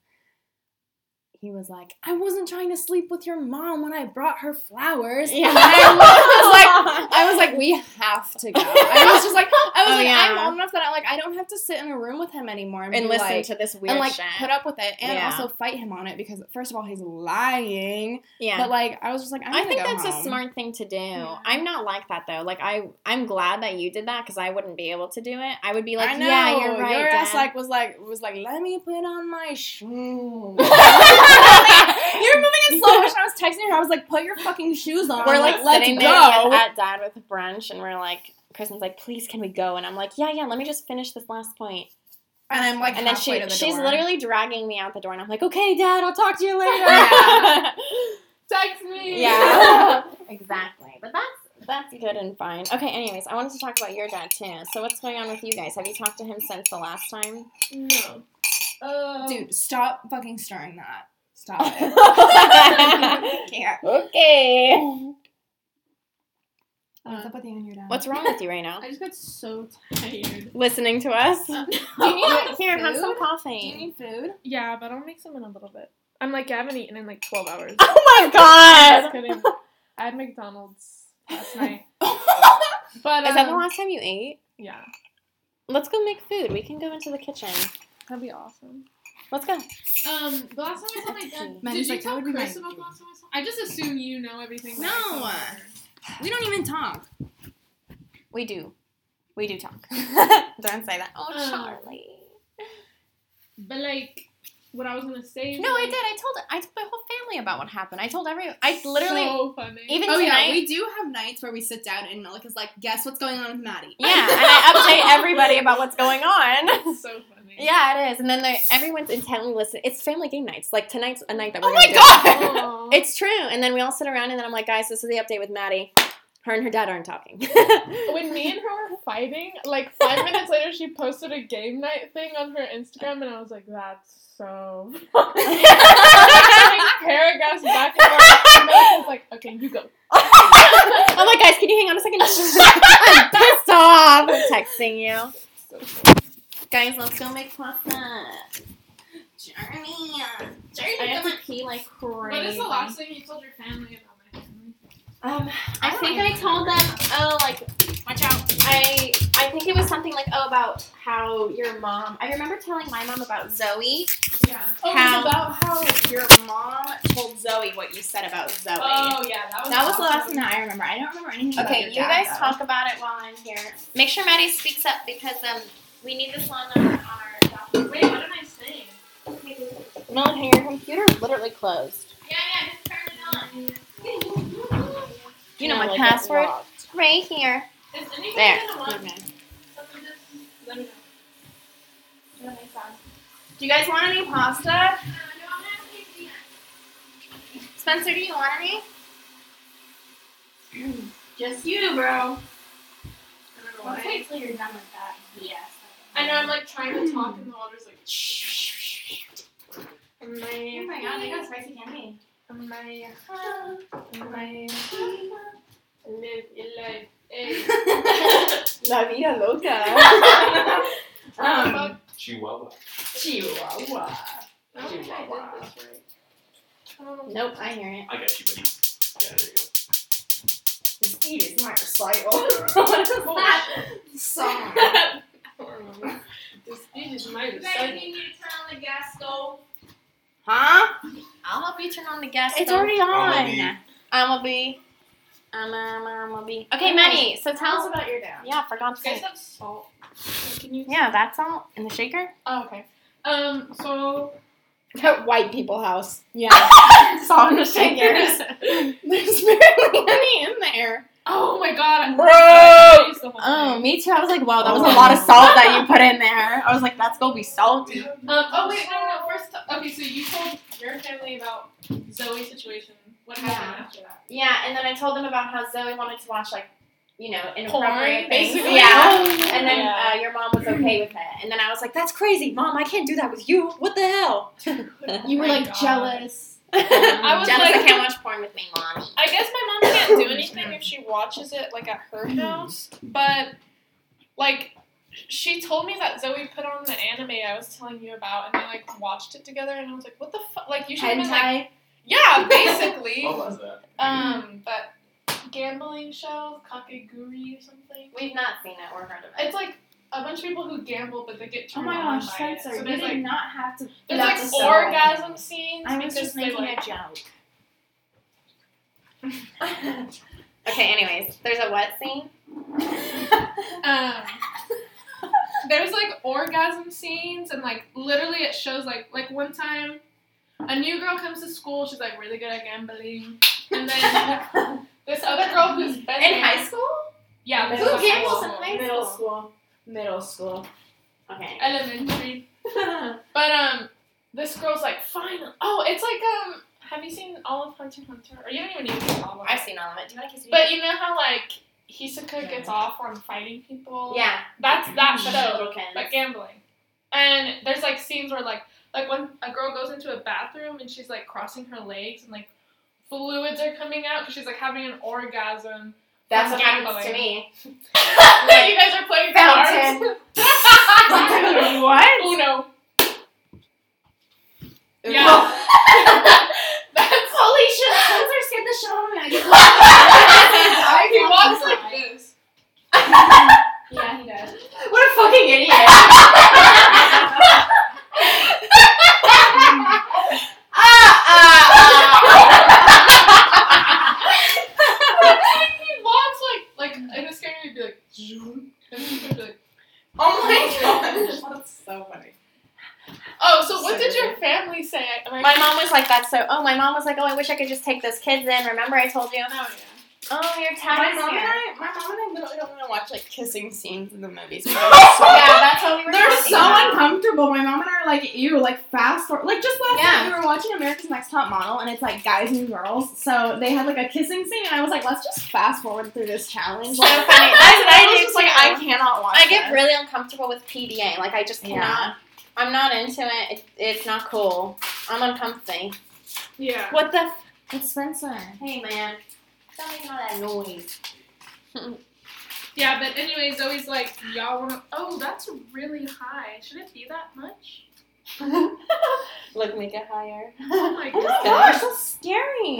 C: he was like, I wasn't trying to sleep with your mom when I brought her flowers.
A: Yeah.
C: And I was like, I was like, we have to go. I was just like, I was
A: Oh,
C: like,
A: yeah.
C: I'm old enough that I like, I don't have to sit in a room with him anymore and,
A: and
C: be
A: listen
C: like-
A: to this weird
C: and like
A: shit.
C: put up with it and
A: Yeah.
C: also fight him on it because first of all he's lying.
A: yeah.
C: But like, I was just like, I'm
A: I
C: gonna
A: think
C: go
A: that's a
C: home.
A: smart thing to do.
B: Yeah.
A: I'm not like that though. Like I, I'm glad that you did that because I wouldn't be able to do it. I would be like,
C: I know.
A: yeah, you're right.
C: Your ass
A: Dad."
C: like was like was like, let me put on my shoes. You were moving in slow motion. I was texting her. I was like, put your fucking shoes on.
A: we're like
C: let's
A: sitting
C: go.
A: there with, at dad with brunch, and we're like, Kristen's like, please, can we go? And I'm like, yeah, yeah. Let me just finish this last point.
C: and I'm like,
A: and then
C: halfway
A: she,
C: to the
A: she's
C: door.
A: literally dragging me out the door, and I'm like, okay, dad, I'll talk to you later.
C: Yeah.
B: Text me.
A: yeah, exactly. But that's that's good and fine. Okay. Anyways, I wanted to talk about your dad too. So what's going on with you guys? Have you talked to him since the last time?
B: no. Um,
C: dude, stop fucking stirring that. Stop it. Can't.
A: okay.
C: What's up with you and your dad?
A: Uh, What's wrong with you right now?
B: Uh, I just got so tired.
A: Listening to us?
C: need
A: Here, have
C: food?
A: some
C: Do you
A: coffee.
C: need food?
B: yeah, but I'll make some in a little bit. I'm like, I haven't eaten in like 12 hours.
A: Oh my god!
B: Just kidding. I had McDonald's last night. But um,
A: Is that the last time you ate?
B: yeah,
A: Let's go make food. We can go into the kitchen.
B: that'd be awesome.
A: Let's go.
B: Um, the last time I saw my dad,
C: Man,
B: did
C: he's
B: you
C: like, that
B: tell
C: would be
B: Chris
C: my-
B: about the last time I saw? I just assume you know everything. that
C: No.
B: I saw her.
C: we don't even talk.
A: We do. We do talk. Don't say that. Oh,
B: Um,
A: Charlie.
B: But like, what I was gonna say.
A: No, I
B: like,
A: did. I told I told my whole family about what happened. I told every. I literally.
B: So funny.
A: even-
C: Oh yeah,
A: Tonight-
C: we do have nights where we sit down and Melika's like, guess what's going on with Maddie?
A: yeah, and I update everybody about what's going on.
B: It's so funny.
A: Yeah, it is. And then they, everyone's intently listening. It's family game nights. Like tonight's a night that we're.
C: Oh
A: gonna
C: my
A: do it.
C: god!
B: Aw.
A: It's true. And then we all sit around, and then I'm like, guys, this is the update with Maddie. Her and her dad aren't talking.
B: when me and her were fighting, like five minutes later, she posted a game night thing on her Instagram, and I was like, "That's so." funny." Like, paragraphs back and forth. And I was like, "Okay, you go."
A: I'm like, guys, can you hang on a second? I'm pissed off. I'm texting you.
B: So funny.
A: Guys, let's go make pasta.
C: Journey.
A: uh, I
C: Journey.
A: have to pee like crazy.
B: What is the last thing you told your family about my family?
A: Um, I think I told them, oh, like, watch out. I I think it was something like, oh, about how your mom. I remember telling my mom about Zoe.
B: Yeah.
C: Oh,
A: How-
C: it's about how your mom told Zoe what you said about Zoe.
A: Oh,
B: Oh, yeah,
C: that was the last thing that I remember. I don't remember anything. about
A: Okay,
C: your
A: you
C: dad,
A: guys
C: though.
A: talk about it while I'm here. Make sure Maddie speaks up because um, we need this on our. on our document.
B: Wait, what am I saying?
A: Melanie, your computer is literally closed.
B: Yeah, yeah, just turn it on.
A: You know my password? Right here.
B: Is anything
A: There.
B: gonna want
A: Okay.
B: something to- let me know. Let me know.
A: Do you guys want any pasta?
B: Uh, no, I'm not taking it.
A: Spencer, do you want any? Just you, bro.
B: I don't know why.
A: till you're done with that. Yes.
B: I know I'm like trying to talk and the water's like my
C: Oh
A: spicy candy.
B: my my live in life.
A: La vida loca.
C: Oh,
A: um,
D: Chihuahua.
A: Chihuahua.
B: I don't think I did this right. I don't know.
A: Nope, I hear it.
D: I got you, buddy. Yeah, there you go.
C: Speed is my recital. what is
B: Oh,
C: that song?
B: I don't remember. This speech is my recital.
E: need to turn on the gas stove.
C: Huh?
A: I'll help you turn on the gas.
C: It's
A: stove.
C: already
D: I'ma be-
C: on.
A: I'ma be. I'm I'm I'ma be. Okay, Maddie. So tell us about.
C: your dad.
A: Yeah, for God's
B: You guys
A: sake.
B: have salt. Can you?
A: Yeah, that's all in the shaker.
B: Oh, okay. Um. So
C: At white people house. Yeah.
A: Salt in the
C: There's barely any in there.
B: Oh my god.
A: Bro!
B: I used the whole
A: Oh,
B: thing.
A: me too. I was like, wow, that was a
C: Oh.
A: lot of salt that you put in there. I was like, that's gonna be salty.
B: Um, oh, wait, no, no, no. First, okay, so you told your family about Zoe's situation. What happened after that?
A: Yeah, and then I told them about how Zoe wanted to watch like, you know,
B: Porn, basically.
A: Yeah. And then
B: Yeah.
A: uh, your mom was okay with it. And then I was like, that's crazy, mom. I can't do that with you. What the hell?
C: You were
B: Oh my
C: like
B: God.
C: jealous.
B: I was
A: Jealous I
B: like-
A: can't watch porn with me, mommy.
B: I guess my mom can't do anything if she watches it, like, at her house, but, like, She told me that Zoe put on the anime I was telling you about, and they like watched it together, and I was like, "What the fuck?" Like you should have been like,
E: Hentai.
B: "Yeah, basically."
D: What was that?
B: um, but gambling show, Kakeguri or something.
A: We've not seen it or heard of it.
B: It's like a bunch of people who gamble, but they get
C: Oh
B: turned
C: my
B: on
C: gosh,
B: by it.
C: Spencer,
B: So
C: you
B: there's
C: did
B: like
C: not have to.
B: there's
C: not
B: like
C: to sell it.
B: orgasm scenes
C: I was
B: because
C: just
B: they
C: making
B: like
C: a joke.
A: Okay, anyways, there's a wet scene.
B: Um, there's like orgasm scenes and like literally it shows like like one time a new girl comes to school she's like really good at gambling and then this other girl who's been
A: In
B: there-
A: high school?
B: yeah this
A: Who
B: is high
A: gambles in
B: school.
A: high
E: Middle
A: school?
E: school. Middle school.
A: Okay.
B: elementary
E: I've
B: but um this girl's like final oh it's like um have you seen all of Hunter x Hunter or you don't even need to see all of
A: I've
B: it
A: seen all of it. Do you want to kiss me?
B: but you know how like Hisoka gets off on fighting people
A: yeah,
B: that's that
A: for
B: show
A: the little kids.
B: but gambling. And there's like scenes where like like when a girl goes into a bathroom and she's like crossing her legs and like fluids are coming out because she's like having an orgasm.
A: That's
B: from
A: what happens to
B: gambling.
A: me.
B: Like, you guys are playing cards.
C: Fountain. what?
B: Uno.
C: Well,
B: Yeah. That's
A: Holy shit!
C: Spencer scared the shit out of me. I get-
B: I he
C: walk
B: walks
C: outside.
B: like this.
E: Yeah, he does.
A: What a fucking idiot!
B: He walks like like in a scary movie, he'd be like zoom, and then he'd be like.
A: Oh
C: That's so funny.
B: Oh, so what did your family say? Am I-
A: My mom was like, "That's so." Oh, my mom was like, "Oh, I wish I could just take those kids in." Remember, I told you.
B: Oh, yeah.
A: Oh, your
C: My
A: tax
C: mom and
A: here.
C: I, my mom and I literally don't want to watch like kissing scenes in the movies.
A: Yeah, that's what we were.
C: They're
A: talking
C: so
A: about.
C: uncomfortable. My mom and I are like, ew, like fast forward. Like just last
A: Yeah.
C: night we were watching America's Next Top Model, and it's like guys and girls. So they had like a kissing scene, and I was like, let's just fast forward through this challenge.
A: So
C: Like,
A: funny. That's what
C: I
A: I
C: was
A: do
C: just
A: too.
C: like, I cannot watch.
A: I get
C: this.
A: really uncomfortable with PDA. Like I just cannot.
C: Yeah.
A: I'm not into it. it. It's not cool. I'm uncomfy.
B: Yeah.
A: What the? F-
C: It's Spencer.
A: hey man, tell me how that noise.
B: Yeah, but anyways, Zoe's like, y'all wanna? Oh, that's really high. Should it be that much?
A: Look, make it higher.
B: Oh my
C: Oh my
B: god.
C: gosh, that's scary.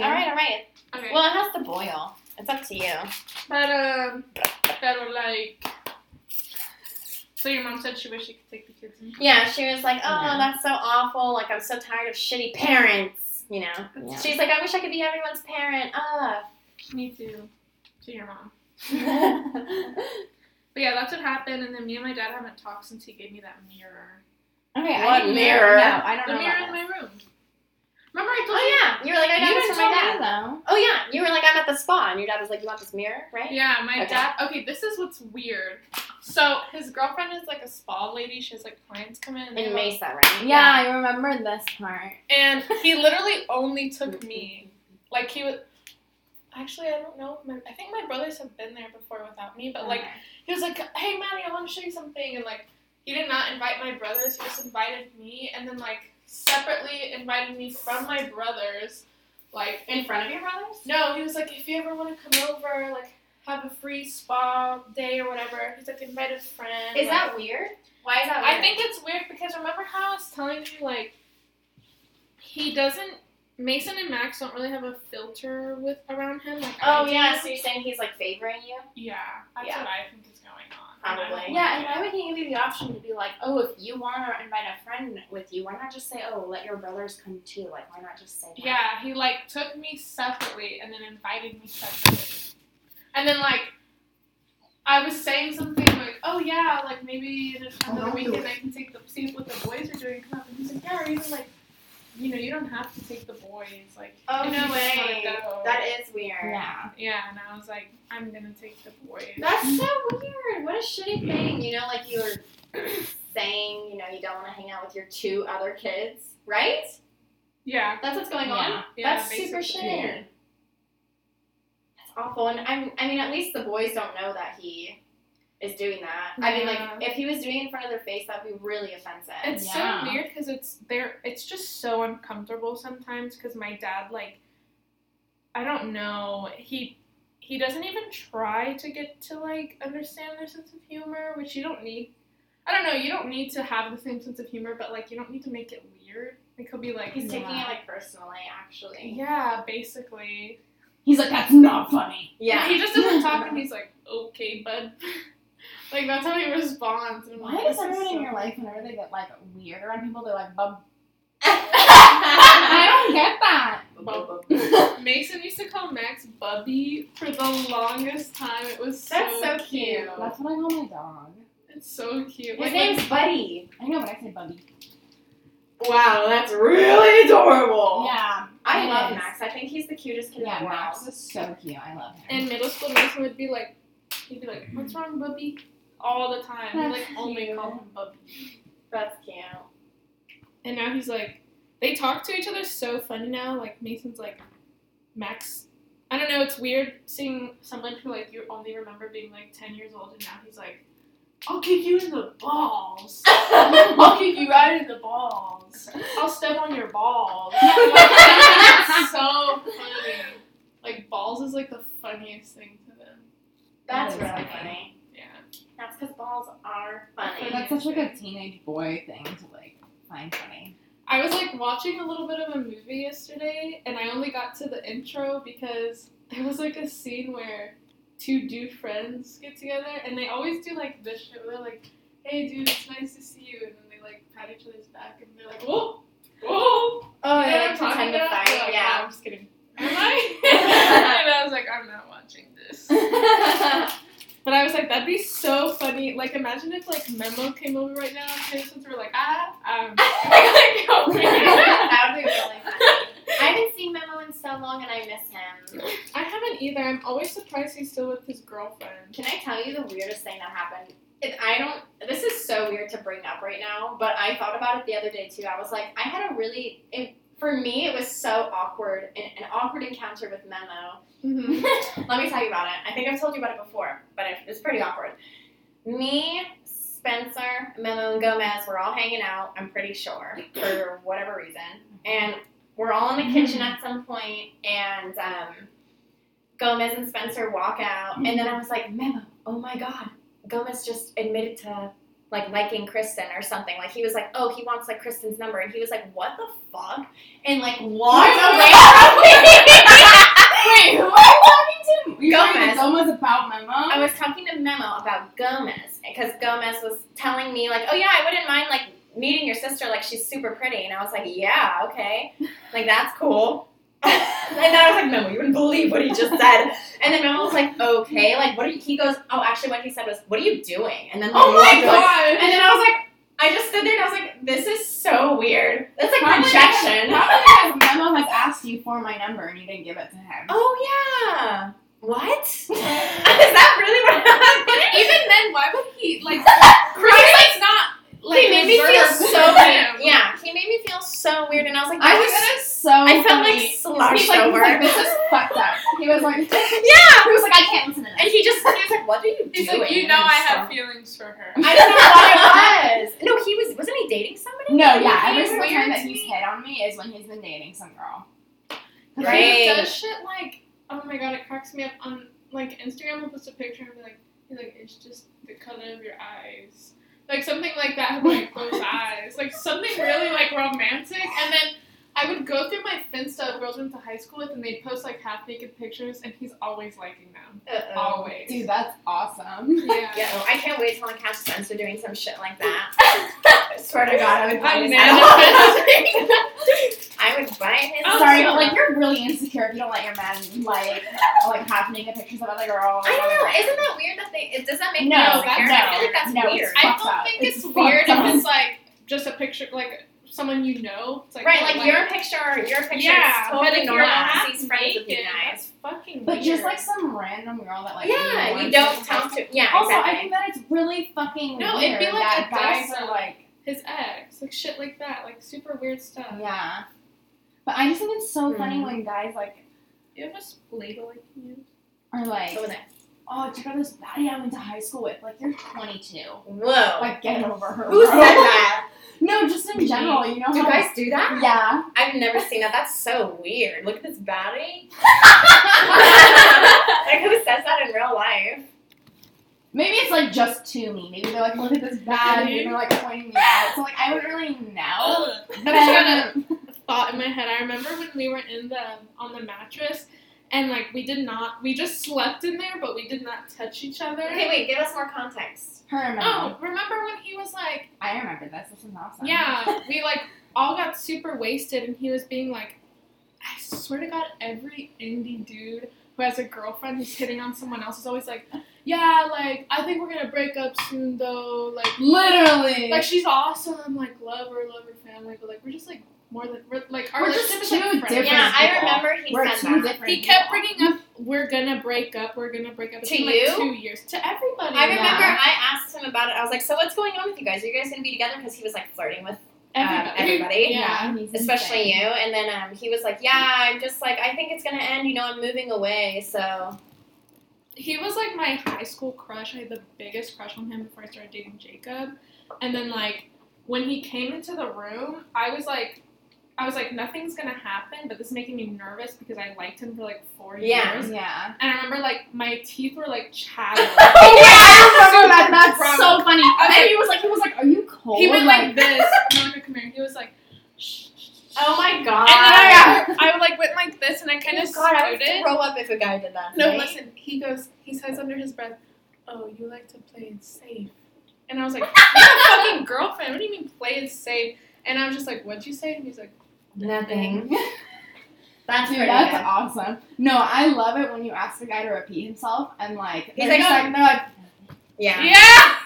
A: All right, all right.
B: Okay.
A: Well, it has to boil. It's up to you.
B: but um, but like, so your mom said she wished she could take the kids. In.
A: Yeah, she was like, "Oh,
C: Yeah.
A: that's so awful. Like I'm so tired of shitty parents." You know.
C: Yeah.
A: She's like, "I wish I could be everyone's parent." Ah.
B: Me too. To your mom.
A: Oh,
B: But yeah, that's what happened. And then me and my dad haven't talked since he gave me that mirror.
C: Okay.
A: What
C: I didn't-
A: mirror?
C: No, I don't
B: The
C: know.
B: mirror
C: about
B: in
C: that.
B: my room. Remember I told
A: oh yeah, you were like, "I got
C: You
A: this
C: didn't
A: from my dad."
C: tell me though.
A: Oh yeah, you were like, I'm at the spa, and your dad was like, you want this mirror, right?
B: Yeah, my
A: Okay.
B: dad. Okay, this is what's weird. So his girlfriend is like a spa lady. She has like clients come in. And they,
A: In
B: like,
A: Mesa, right?
C: Yeah, I remember this part.
B: And he literally only took me. Like he was. Actually, I don't know. My, I think my brothers have been there before without me, but like he was like, "Hey, Maddie, I want to show you something," and like he did not invite my brothers. He just invited me, and then like separately invited me from my brothers. Like
A: In front of your brothers?
B: no, he was like, "If you ever want to come over, like have a free spa day or whatever." He's like, "Invite a friend."
A: Is
B: like,
A: that weird? Why is that weird?
B: I think it's weird because remember how I was telling you like he doesn't Mason and Max don't really have a filter with around him like I
A: Oh
B: do.
A: yeah, so you're saying he's like favoring you?
B: yeah that's
A: Yeah.
B: what I think is going on
A: Probably.
C: Yeah, and why would he give you the option to be like, oh, if you want to invite a friend with you, why not just say, oh, let your brothers come too? Like, why not just say that?
B: yeah he like took me separately and then invited me separately and then like I was saying something like oh yeah like maybe this
C: Oh,
B: another
C: don't do
B: weekend I can take the see what the boys are doing come up and he's like yeah or even like you know you don't have to take the boys like
A: Oh, no
B: if you just wanna
A: way.
B: go."
A: That is weird.
C: Yeah.
B: Yeah, and I was like, I'm gonna take the boy.
A: That's so weird. What a shitty thing. You know, like you were saying, you know, you don't want to hang out with your two other kids, right?
B: Yeah.
A: That's what's going on.
C: Yeah.
B: Yeah,
A: That's super
B: basically.
A: shitty. That's awful. And I'm, I mean, at least the boys don't know that he is doing that. I mean,
B: Yeah.
A: like, if he was doing it in front of their face, that'd be really offensive.
B: It's
C: Yeah.
B: so weird because it's there. It's just so uncomfortable sometimes because my dad like, I don't know. He he doesn't even try to get to like understand their sense of humor, which you don't need. I don't know. You don't need to have the same sense of humor, but like you don't need to make it weird. Like he'll be like,
C: He's taking
B: "Nah."
C: it like personally, actually.
B: yeah, basically.
C: He's like, that's not funny.
B: He just doesn't talk, and he's like, okay, bud. like that's how he responds. And I'm
C: Why
B: like, this
C: does
B: is
C: everyone
B: so
C: in your life, whenever they get like weird around people, they're like, bum?
B: I
C: I don't get that.
B: Mason used to call Max Bubby for the longest time. It was so
C: That's so cute. That's what I call my dog.
B: It's so cute.
C: His
B: Like,
C: name's Buddy. I know, but I say Bubby.
A: Wow, that's really adorable.
C: Yeah.
A: I
C: It
A: love
C: is.
A: Max. I think he's the cutest kid
C: Yeah,
A: in the world.
C: Max Oh, is so cute. I love him.
B: in middle school, Mason would be like, he'd be like, "What's wrong, Bubby?" all the time. He like
C: That's
B: only
C: cute.
B: called him Bubby.
A: That's cute.
B: And now he's like, they talk to each other so funny now. Like Mason's like, Max. I don't know. It's weird seeing someone who like you only remember being like ten years old, and now he's like, I'll kick you in the balls.
C: I'll kick you right in the balls.
B: I'll step on your balls. It's so funny. Like balls is like the funniest thing to them.
A: That's
C: is
A: really
C: funny.
A: funny.
B: Yeah.
A: That's because balls are funny.
C: That's such like a teenage boy thing to like find funny.
B: I was like watching a little bit of a movie yesterday, and I only got to the intro because there was like a scene where two dude friends get together, and they always do like this shit. Where they're like, "Hey, dude, it's nice to see you," and then they like pat each other's back, and they're like, "Whoa, whoa!"
A: Oh,
B: You know
A: yeah,
B: what I'm talking
A: pretend to
B: about?
A: fight.
B: They're like, "No,
A: yeah.
B: I'm just kidding. Am I? and I was like, I'm not watching this. But I was like, that'd be so funny. Like, imagine if like Memo came over right now and Harrison's were like, ah, um, like, oh man.
A: that would be really funny. I haven't seen Memo in so long and I miss him.
B: I haven't either. I'm always surprised he's still with his girlfriend.
A: Can I tell you the weirdest thing that happened? It, I don't. This is so weird to bring up right now, but I thought about it the other day too. I was like, I had a really. It, for me, it was so awkward, an, an awkward encounter with Memo.
B: Mm-hmm.
A: Let me tell you about it. I think I've told you about it before, but it, it's pretty awkward. Me, Spencer, Memo, and Gomez were all hanging out, I'm pretty sure, for whatever reason. And we're all in the kitchen at some point, and um, Gomez and Spencer walk out. And then I was like, Memo, oh my God. Gomez just admitted to like liking Kristen or something. Like he was like, oh, he wants like Kristen's number. And he was like, what the fuck? And like walked away from me. Wait, who
C: talking to?
A: Gomez.
C: Gomez about my mom.
A: I was talking to Memo about Gomez because Gomez was telling me like, oh yeah, I wouldn't mind like meeting your sister, like she's super pretty, and I was like, yeah, okay, like that's cool. and then I was like, Memo, you wouldn't believe what he just said. And then Memo was like, okay, like what? Are you, he goes, oh, actually, what he said was, what are you doing? And then like,
B: Oh my
A: walked away.
B: god!
A: And then I was like, I just stood there and I was like, this is so weird. That's like
C: Probably
A: rejection.
C: Probably because Memo has asked you for my number and you didn't give it to him.
A: oh yeah. What? is that really what happened?
B: Even then, why would he like?
A: Right?
B: It's not like
A: he made me feel
B: reserved
A: so
B: for
A: weird.
B: him.
A: Yeah, he made me feel so weird, and I was like,
C: I
A: this
C: was
A: is-
C: that is so.
A: I felt like
C: funny.
A: slouched
C: he's like, he's
A: over.
C: like, this is fucked up. He was like, he
A: yeah,
C: was like, I can't listen to this.
A: and he just he was like, what are you
B: He's
A: doing?
B: like, you
A: And
B: know,
A: I'm
B: I
A: just
B: have
A: like-
B: feelings for her.
A: I don't know what it was. No, he was. Wasn't he dating somebody?
C: No, yeah, every
B: He
C: single
B: weirds
C: time that he's
B: me.
C: hit on me is when he's been dating some girl.
B: He
A: Right.
B: does shit like, oh my god, it cracks me up. On like Instagram, will post a picture and be like, he's like, it's just the color of your eyes, like something like that. Like those eyes, like something really like romantic. And then I would go through my Finsta of girls I went to high school with, and they post like half naked pictures, and he's always liking them,
A: Uh-oh.
B: always.
C: Oh, Dude, that's awesome.
B: Yeah.
A: Oh, Yeah, well, I can't wait till I catch Spencer doing some shit like that. I swear to God, I would buy
B: I'm
A: his
B: mad.
A: I would buy his
B: I'm
C: Sorry, but
B: sorry.
C: like you're really insecure if you don't let your men like like half naked pictures of other girls.
A: I don't know. Isn't that weird that they? It does that make
C: No,
A: me
C: that's-
A: insecure? I feel like that's
C: no, no,
A: weird.
C: it's-
B: I
C: Fucked
B: don't
C: up.
B: think
C: It's
B: it's, weird
C: fucked up.
B: if it's like just a picture, like someone you know. It's like
A: right,
B: oh,
A: like your picture, your picture
B: yeah,
A: is totally
B: but if you're
A: normal.
B: half
A: He's friends with you
B: naked,
A: guys.
B: that's fucking
C: But
B: weird.
C: just like some random girl that like
A: yeah, you
C: once.
A: don't tell to. Yeah,
C: Also, I
A: exactly.
C: think that it's really fucking
B: No,
C: weird
B: it'd be like
C: that
B: a
C: guys
B: dust
C: are
B: up.
C: like
B: his ex, like shit like that, like super weird stuff.
C: yeah. But I just think it's so funny when guys like
B: You have a spladle like you.
C: are like,
A: What was that?
C: oh, check out this baddie I went to high school with. Like you're 22.
A: Whoa.
C: Like get over her.
A: Who
C: bro.
A: said that?
C: No, just in general, you know.
A: Do
C: how-
A: guys do that?
C: Yeah.
A: I've never seen that. That's so weird. Look at this baddie. like who says that in real life?
C: Maybe it's like just
E: to me. Maybe they're like, look at this bad, and they're like pointing me out. So like, I wouldn't really know.
B: Ugh.
E: But
B: I just
E: I,
B: got a thought in my head. I remember when we were in the on the mattress, and like we did not, we just slept in there, but we did not touch each other.
A: Okay, wait. Give us more context.
E: her and my
B: Oh, remember when he was like,
E: I remember this. This is awesome.
B: yeah, we like all got super wasted, and he was being like, I swear to God, every indie dude who has a girlfriend who's hitting on someone else is always like, yeah, like I think we're gonna break up soon though, like
E: Literally.
B: Like she's awesome, like love her, love her family, but like we're just like more than we're, like our
E: We're just
B: relationship
E: two
B: is like friends.
E: Different
A: yeah, I
E: people.
A: remember he
E: We're
A: said
E: two
A: that.
E: different.
B: He kept bringing up we're gonna break up, we're gonna break up. It's
A: To
B: been,
A: you?
B: like two years to everybody.
A: I remember
E: Yeah.
A: I asked him about it. I was like, "So what's going on with you guys? Are you guys gonna be together?" Because he was like flirting with
B: everybody.
A: um, everybody.
B: Yeah.
E: He's
A: especially
E: insane.
A: you. And then um, he was like, "Yeah, I'm just like I think it's gonna end. You know, I'm moving away." So
B: He was like my high school crush. I had the biggest crush on him before I started dating Jacob, and then like when he came into the room, I was like. I was like, nothing's gonna happen, but this is making me nervous because I liked him for like four
A: Yeah.
B: years.
E: Yeah.
B: And I remember like my teeth were like chattering.
A: Oh,
E: I remember that. That's
B: Super
E: so funny. And
B: Okay.
E: then he was like, he was like, are you cold?
B: He went like this. Monica, come here. He was like,
A: oh my god.
B: and then I, I like went like this, and I kind of
A: Oh God, I would
B: scooted.
A: throw up if a guy did that.
B: No,
A: right?
B: listen. He goes. He says under his breath, "Oh, you like to play it safe." And I was like, "You're a fucking girlfriend. What do you mean play it safe?" And I was just like, "What'd you say?" And he's like,
A: nothing. That's
E: Dude,
A: pretty
E: that's
A: good.
E: awesome. No, I love it when you ask a guy to repeat himself and like
A: He's
E: they're
A: like,
E: just like they're like
A: Yeah,
B: "Yeah."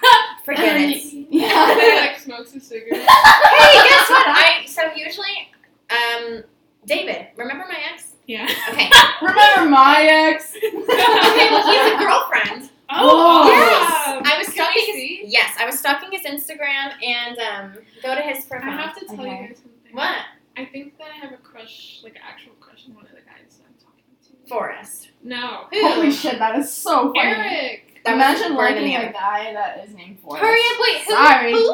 A: forget
E: and
A: it.
B: And
E: yeah.
B: then he like smokes a cigarette.
A: hey, guess what? I so usually, um, David, remember my ex?
B: Yeah.
A: Okay,
E: Remember my ex?
A: okay, well he has a girlfriend.
E: Oh,
B: yeah.
A: I was
B: Can I
A: stalking.
B: see?
A: His, yes, I was stalking his Instagram and um, go to his
B: I
A: profile.
B: have to tell
E: Okay.
B: you guys something.
A: What?
B: I think that I have a crush, like an actual crush on one of the guys that I'm talking to.
A: Forrest.
B: No. Who?
E: Holy shit, that is so funny.
B: Eric.
A: That was
E: Imagine
A: Vernon
E: liking
A: Eric.
E: a guy that is named Forrest.
A: Hurry up! Wait, who?
E: Sorry.
A: Who?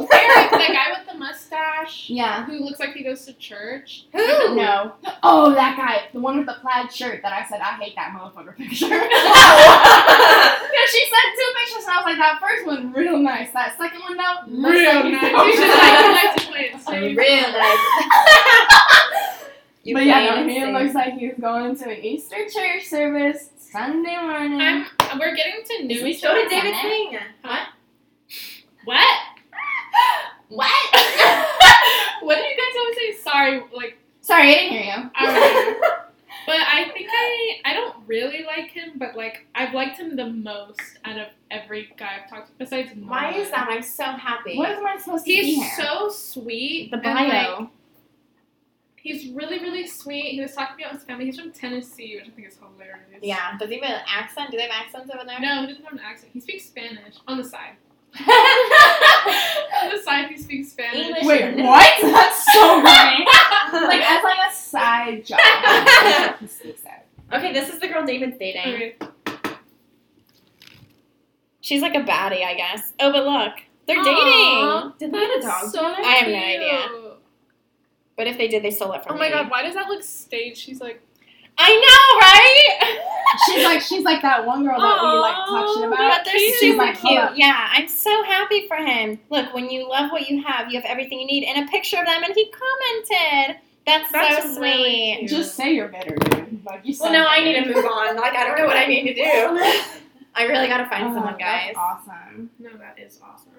B: Eric, the guy with the mustache.
E: Yeah.
B: Who looks like he goes to church.
A: Who?
E: No. Oh, that guy, the one with the plaid shirt that I said I hate that motherfucker picture. no, she sent two pictures, and I was like, that first one real nice, that second one though looks like he's
B: nice.
E: so
B: You should
E: nice."
B: like, like to play it safe.
A: Real nice. You
E: but yeah,
A: played
E: no,
A: it
E: he
A: safe.
E: looks like he's going to an Easter church service Sunday morning.
B: I'm, we're getting to
E: Is
B: new
E: he
B: each
A: Go
B: other.
A: to David's thing.
B: What? What?
A: What?
B: What do you guys always say? Sorry, like,
E: Sorry, I didn't hear you.
B: I don't know. But I think I, I don't really like him, but like, I've liked him the most out of every guy I've talked to, besides
A: Why
B: Nolan.
A: is that? I'm so happy.
E: What am I supposed to see
B: He's
E: here?
B: so sweet.
E: the
B: and, like,
E: bio.
B: He's really, really sweet. He was talking about his family. He's from Tennessee, which I think is hilarious.
A: Yeah. Does he have an accent? Do they have accents over there?
B: No, he doesn't have an accent. He speaks Spanish on the side. on the side, he speaks Spanish.
A: English.
E: Wait, what? That's so funny. like as like a side job. he speaks that.
A: Okay, this is the girl David's dating.
B: Okay.
A: She's like a baddie, I guess. Oh, but look, they're
B: Aw,
A: dating. Did
B: That is so
A: I have no
B: cute.
A: idea. But if they did, they stole it from
B: Oh
A: me.
B: my god, why does that look staged? She's like,
A: I know, right?
E: She's like she's like that one girl that we like talk shit about.
A: But they're
E: She's
A: super
E: like, "Oh, hold
A: cute.
E: up.
A: Yeah, I'm so happy for him. Look, when you love what you have, you have everything you need. And a picture of them, and he commented. That's,
B: that's
A: so
B: really
A: sweet.
B: cute.
E: Just say you're bitter, dude. Like you.
A: Well,
E: said
A: no, I
E: bitter.
A: need to move on. Like, I don't know what I need to do. I really gotta find
E: Oh,
A: someone, guys.
E: That's awesome.
B: no, that is awesome.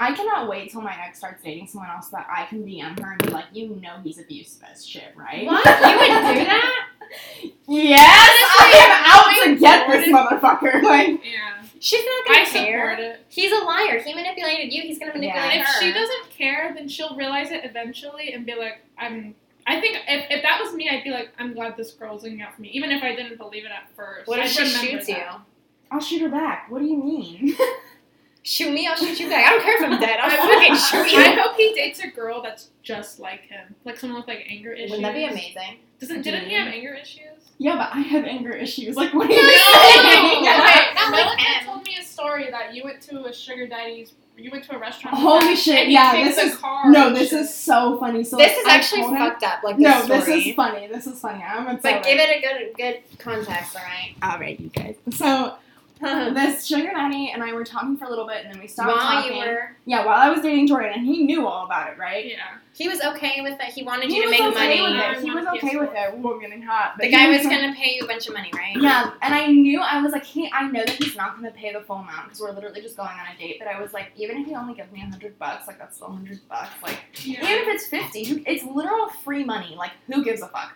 E: I cannot wait till my ex starts dating someone else that I can DM her and be like, you know, he's abusive as shit, right?
A: What? You would do that?
E: Yes, I am out to get this motherfucker. Like,
B: Yeah,
A: She's not gonna
B: I
A: care.
B: support it.
A: He's a liar. He manipulated you. He's gonna manipulate
E: Yeah.
B: If
A: her.
B: she doesn't care, then she'll realize it eventually and be like, I'm. I think if, if that was me, I'd be like, I'm glad this girl's looking out for me, even if I didn't believe it at first.
A: what
B: I
A: if she
B: remember
A: shoots
B: that.
A: you?
E: I'll shoot her back. What do you mean?
A: Shoot me, I'll shoot you back. I don't care if I'm dead. I'll
B: I
A: fucking
B: would-
A: shoot
B: I
A: you.
B: hope he dates a girl that's just like him, like someone with like anger issues.
A: Wouldn't that be amazing?
B: Doesn't didn't he have anger issues?
E: Yeah, but I have anger issues. Like, what are you
B: No,
E: saying?
A: Okay, not like
B: Melissa
A: him.
B: told me a story that you went to a sugar daddy's. You went to a restaurant.
E: Holy shit!
B: And he
E: Yeah,
B: takes
E: this
B: a
E: is
B: car
E: no,
B: and
E: this
B: shit.
E: is so funny. So
A: This is
E: I
A: actually
E: told him-
A: fucked up. Like
E: No,
A: this
E: this
A: story.
E: is funny. This is funny. I'm gonna tell
A: But give it a good good context, all right?
E: All right, you guys. So this sugar daddy and I were talking for a little bit, and then we stopped
F: While
E: talking.
F: you were,
E: yeah, while I was dating Jordan, and he knew all about it, right?
B: Yeah.
F: he was okay with it. He wanted
E: He
F: you to
E: was
F: make
E: okay
F: money.
E: with it. He was okay with it. We were getting hot. but
F: The
E: he
F: guy was
E: like-
F: gonna pay you a bunch of money, right?
E: Yeah, and I knew I was like, he. I know that he's not gonna pay the full amount because we're literally just going on a date. But I was like, even if he only gives me a hundred bucks, like that's still a hundred bucks. Like
B: Yeah.
E: even if it's fifty, who, it's literal free money. Like who gives a fuck?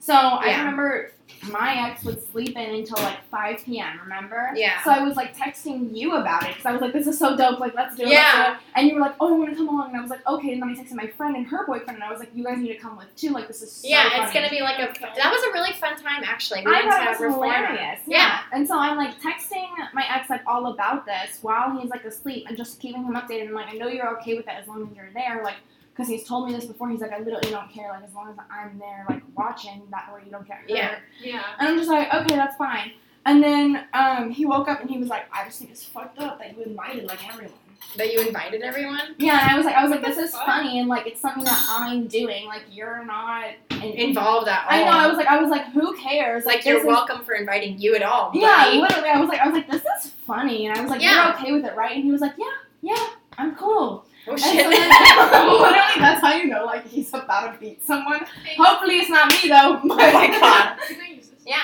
E: So I
F: Yeah.
E: remember my ex would sleep in until like five p.m. Remember?
F: Yeah.
E: So I was like texting you about it because I was like, this is so dope. Like let's do it. let's
F: Yeah.
E: do it. And you were like, oh, I want to come along. And I was like, okay. And then I texted my friend and her boyfriend, and I was like, you guys need to come with too. Like this is so
F: Yeah,
E: funny.
F: it's gonna be like a. That was a really fun time, actually. We
E: I
F: went
E: thought
F: to
E: it was
F: Reformer.
E: hilarious. Yeah. And so I'm like texting my ex like all about this while he's like asleep and just keeping him updated. And like, I know you're okay with it as long as you're there, like, because he's told me this before. He's like, I literally don't care. Like, as long as I'm there, like, watching, that way you don't get hurt.
F: Yeah.
B: Yeah.
E: And I'm just like, okay, that's fine. And then um, he woke up and he was like, I just think it's fucked up that you invited like everyone.
F: That you invited everyone.
E: Yeah, and I was like, I was like,
B: What
E: this
B: the
E: is
B: fuck?
E: funny and like it's something that I'm doing. Like you're not in-
F: Involved at all.
E: I know. I was like, I was like, who cares?
F: It's like
E: this
F: you're
E: is-
F: welcome for inviting you at all.
E: Yeah,
F: buddy.
E: literally. I was like, I was like, this is funny, and I was like,
F: Yeah.
E: you're okay with it, right? And he was like, yeah, yeah, I'm cool.
F: Oh
E: And so
F: shit.
E: then, literally, that's how you know, like, he's about to beat someone. Hopefully, it's not me though. Oh my god.
B: Can I use this?
F: Yeah.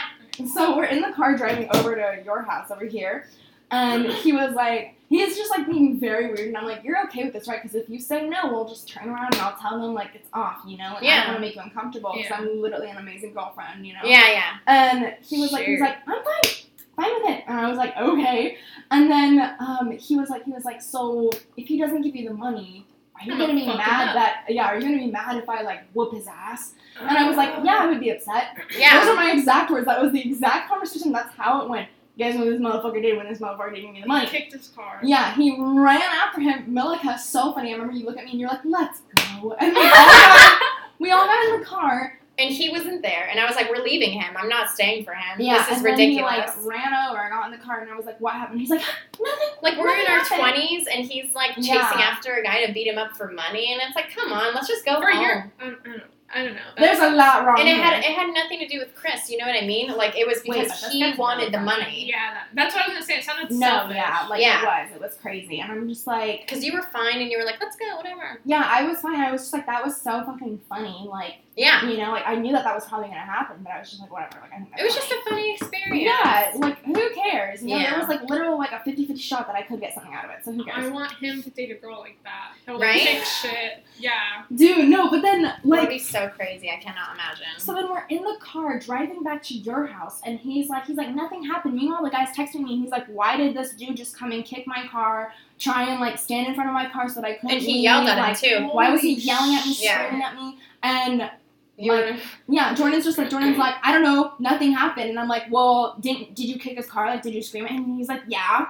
E: So we're in the car driving over to your house over here, and he was like, he's just like being very weird, and I'm like, you're okay with this, right? Because if you say no, we'll just turn around and I'll tell them like it's off, you know? And I
F: Yeah.
E: don't want to make you uncomfortable because
B: Yeah.
E: I'm literally an amazing girlfriend, you know?
F: Yeah, yeah.
E: And he was like, he was
F: Sure.
E: like, I'm fine, fine with it. And I was like, okay. And then um, he was like, he was like, so if he doesn't give you the money, are you
B: I'm
E: gonna be
B: gonna fuck him
E: mad
B: up."
E: that yeah? Are you gonna be mad if I like whoop his ass? And I was like,
B: Oh.
E: yeah, I would be upset.
F: Yeah.
E: Those are my exact words. That was the exact conversation. That's how it went. Guess what this motherfucker did when this motherfucker didn't give me the money?
B: Kicked his car.
E: Yeah, he ran after him. Milica, so funny. I remember you look at me and you're like, let's go. And we all got, we all got in the car.
F: and he wasn't there, and I was like, "We're leaving him. I'm not staying for him.
E: Yeah,
F: this is
E: and
F: ridiculous."
E: Then he, like ran over, I got in the car, and I was like, "What happened?" He's like, "Nothing."
F: Like we're in our
E: Nothing happened.
F: twenties, and he's like chasing
E: Yeah.
F: after a guy to beat him up for money, and it's like, come on, let's just go
B: Or
F: home.
B: you're. I don't, I don't- I don't know.
E: There's a lot wrong.
F: and it had
E: here.
F: it had nothing to do with Chris. You know what I mean? Like it was
E: Wait,
F: because
E: but that's
F: he
E: definitely
F: wanted the
E: wrong.
F: money.
B: Yeah, that, that's what I was gonna say. It sounded
E: no,
B: selfish.
E: yeah, like
F: Yeah.
E: it was, it was crazy, and I'm just like,
F: Because you were fine, and you were like, "Let's go, whatever."
E: yeah, I was fine. I was just like, that was so fucking funny. Like,
F: Yeah,
E: you know, like I knew that that was probably gonna happen, but I was just like, whatever. Like, I think
F: it was
E: that's
F: just a funny
E: funny.
F: experience.
E: yeah, like who cares? You know,
F: Yeah.
E: there was like literal like a 50-50 shot that I could get something out of it. So who
B: I
E: cares?
B: want him to date a girl like that. He'll
F: Right?
B: Like, kick shit. Yeah.
E: Dude, no, but then
F: That would
E: like
F: be so crazy. I cannot imagine.
E: So then we're in the car driving back to your house, and he's like, he's like, nothing happened. Meanwhile, the guy's texting me, and he's like, why did this dude just come and kick my car, try and like stand in front of my car so that I couldn't?
F: and he
E: leave?
F: yelled at
E: like,
F: him too.
E: Why was he yelling at me,
F: Yeah.
E: screaming at me? And
F: You
E: like- yeah, Jordan's just like, Jordan's like, I don't know, nothing happened. And I'm like, well, didn't did you kick his car? Like, did you scream at him? And he's like, yeah.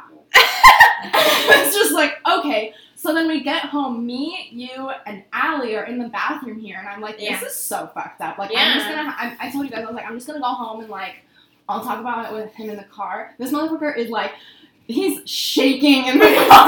E: it's just like okay. So then we get home. Me, you, and Allie are in the bathroom here, and I'm like, this
F: Yeah.
E: is so fucked up. Like, I'm
F: Yeah.
E: just gonna. I, I told you guys, I was like, I'm just gonna go home and like, I'll talk about it with him in the car. This motherfucker is like, he's shaking in the car.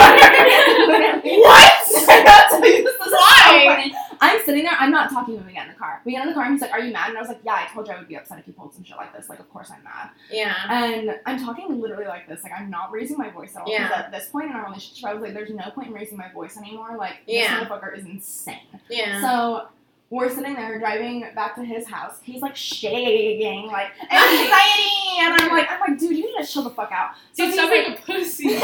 E: what? I gotta tell you, this is so funny. I'm sitting there, I'm not talking to him again in the car. We get in the car and he's like, Are you mad? And I was like, Yeah, I told you I would be upset if you pulled some shit like this. Like, of course I'm mad.
F: yeah,
E: And I'm talking literally like this. Like, I'm not raising my voice at all. Because
F: Yeah.
E: at this point in our relationship, I was like, There's no point in raising my voice anymore. Like,
F: Yeah.
E: this motherfucker is insane.
F: yeah.
E: So we're sitting there driving back to his house. He's like shaking, like anxiety, and I'm like, I'm like, dude, you need to chill the fuck out. So
B: Dude,
E: he's
B: stop
E: like,
B: being a pussy.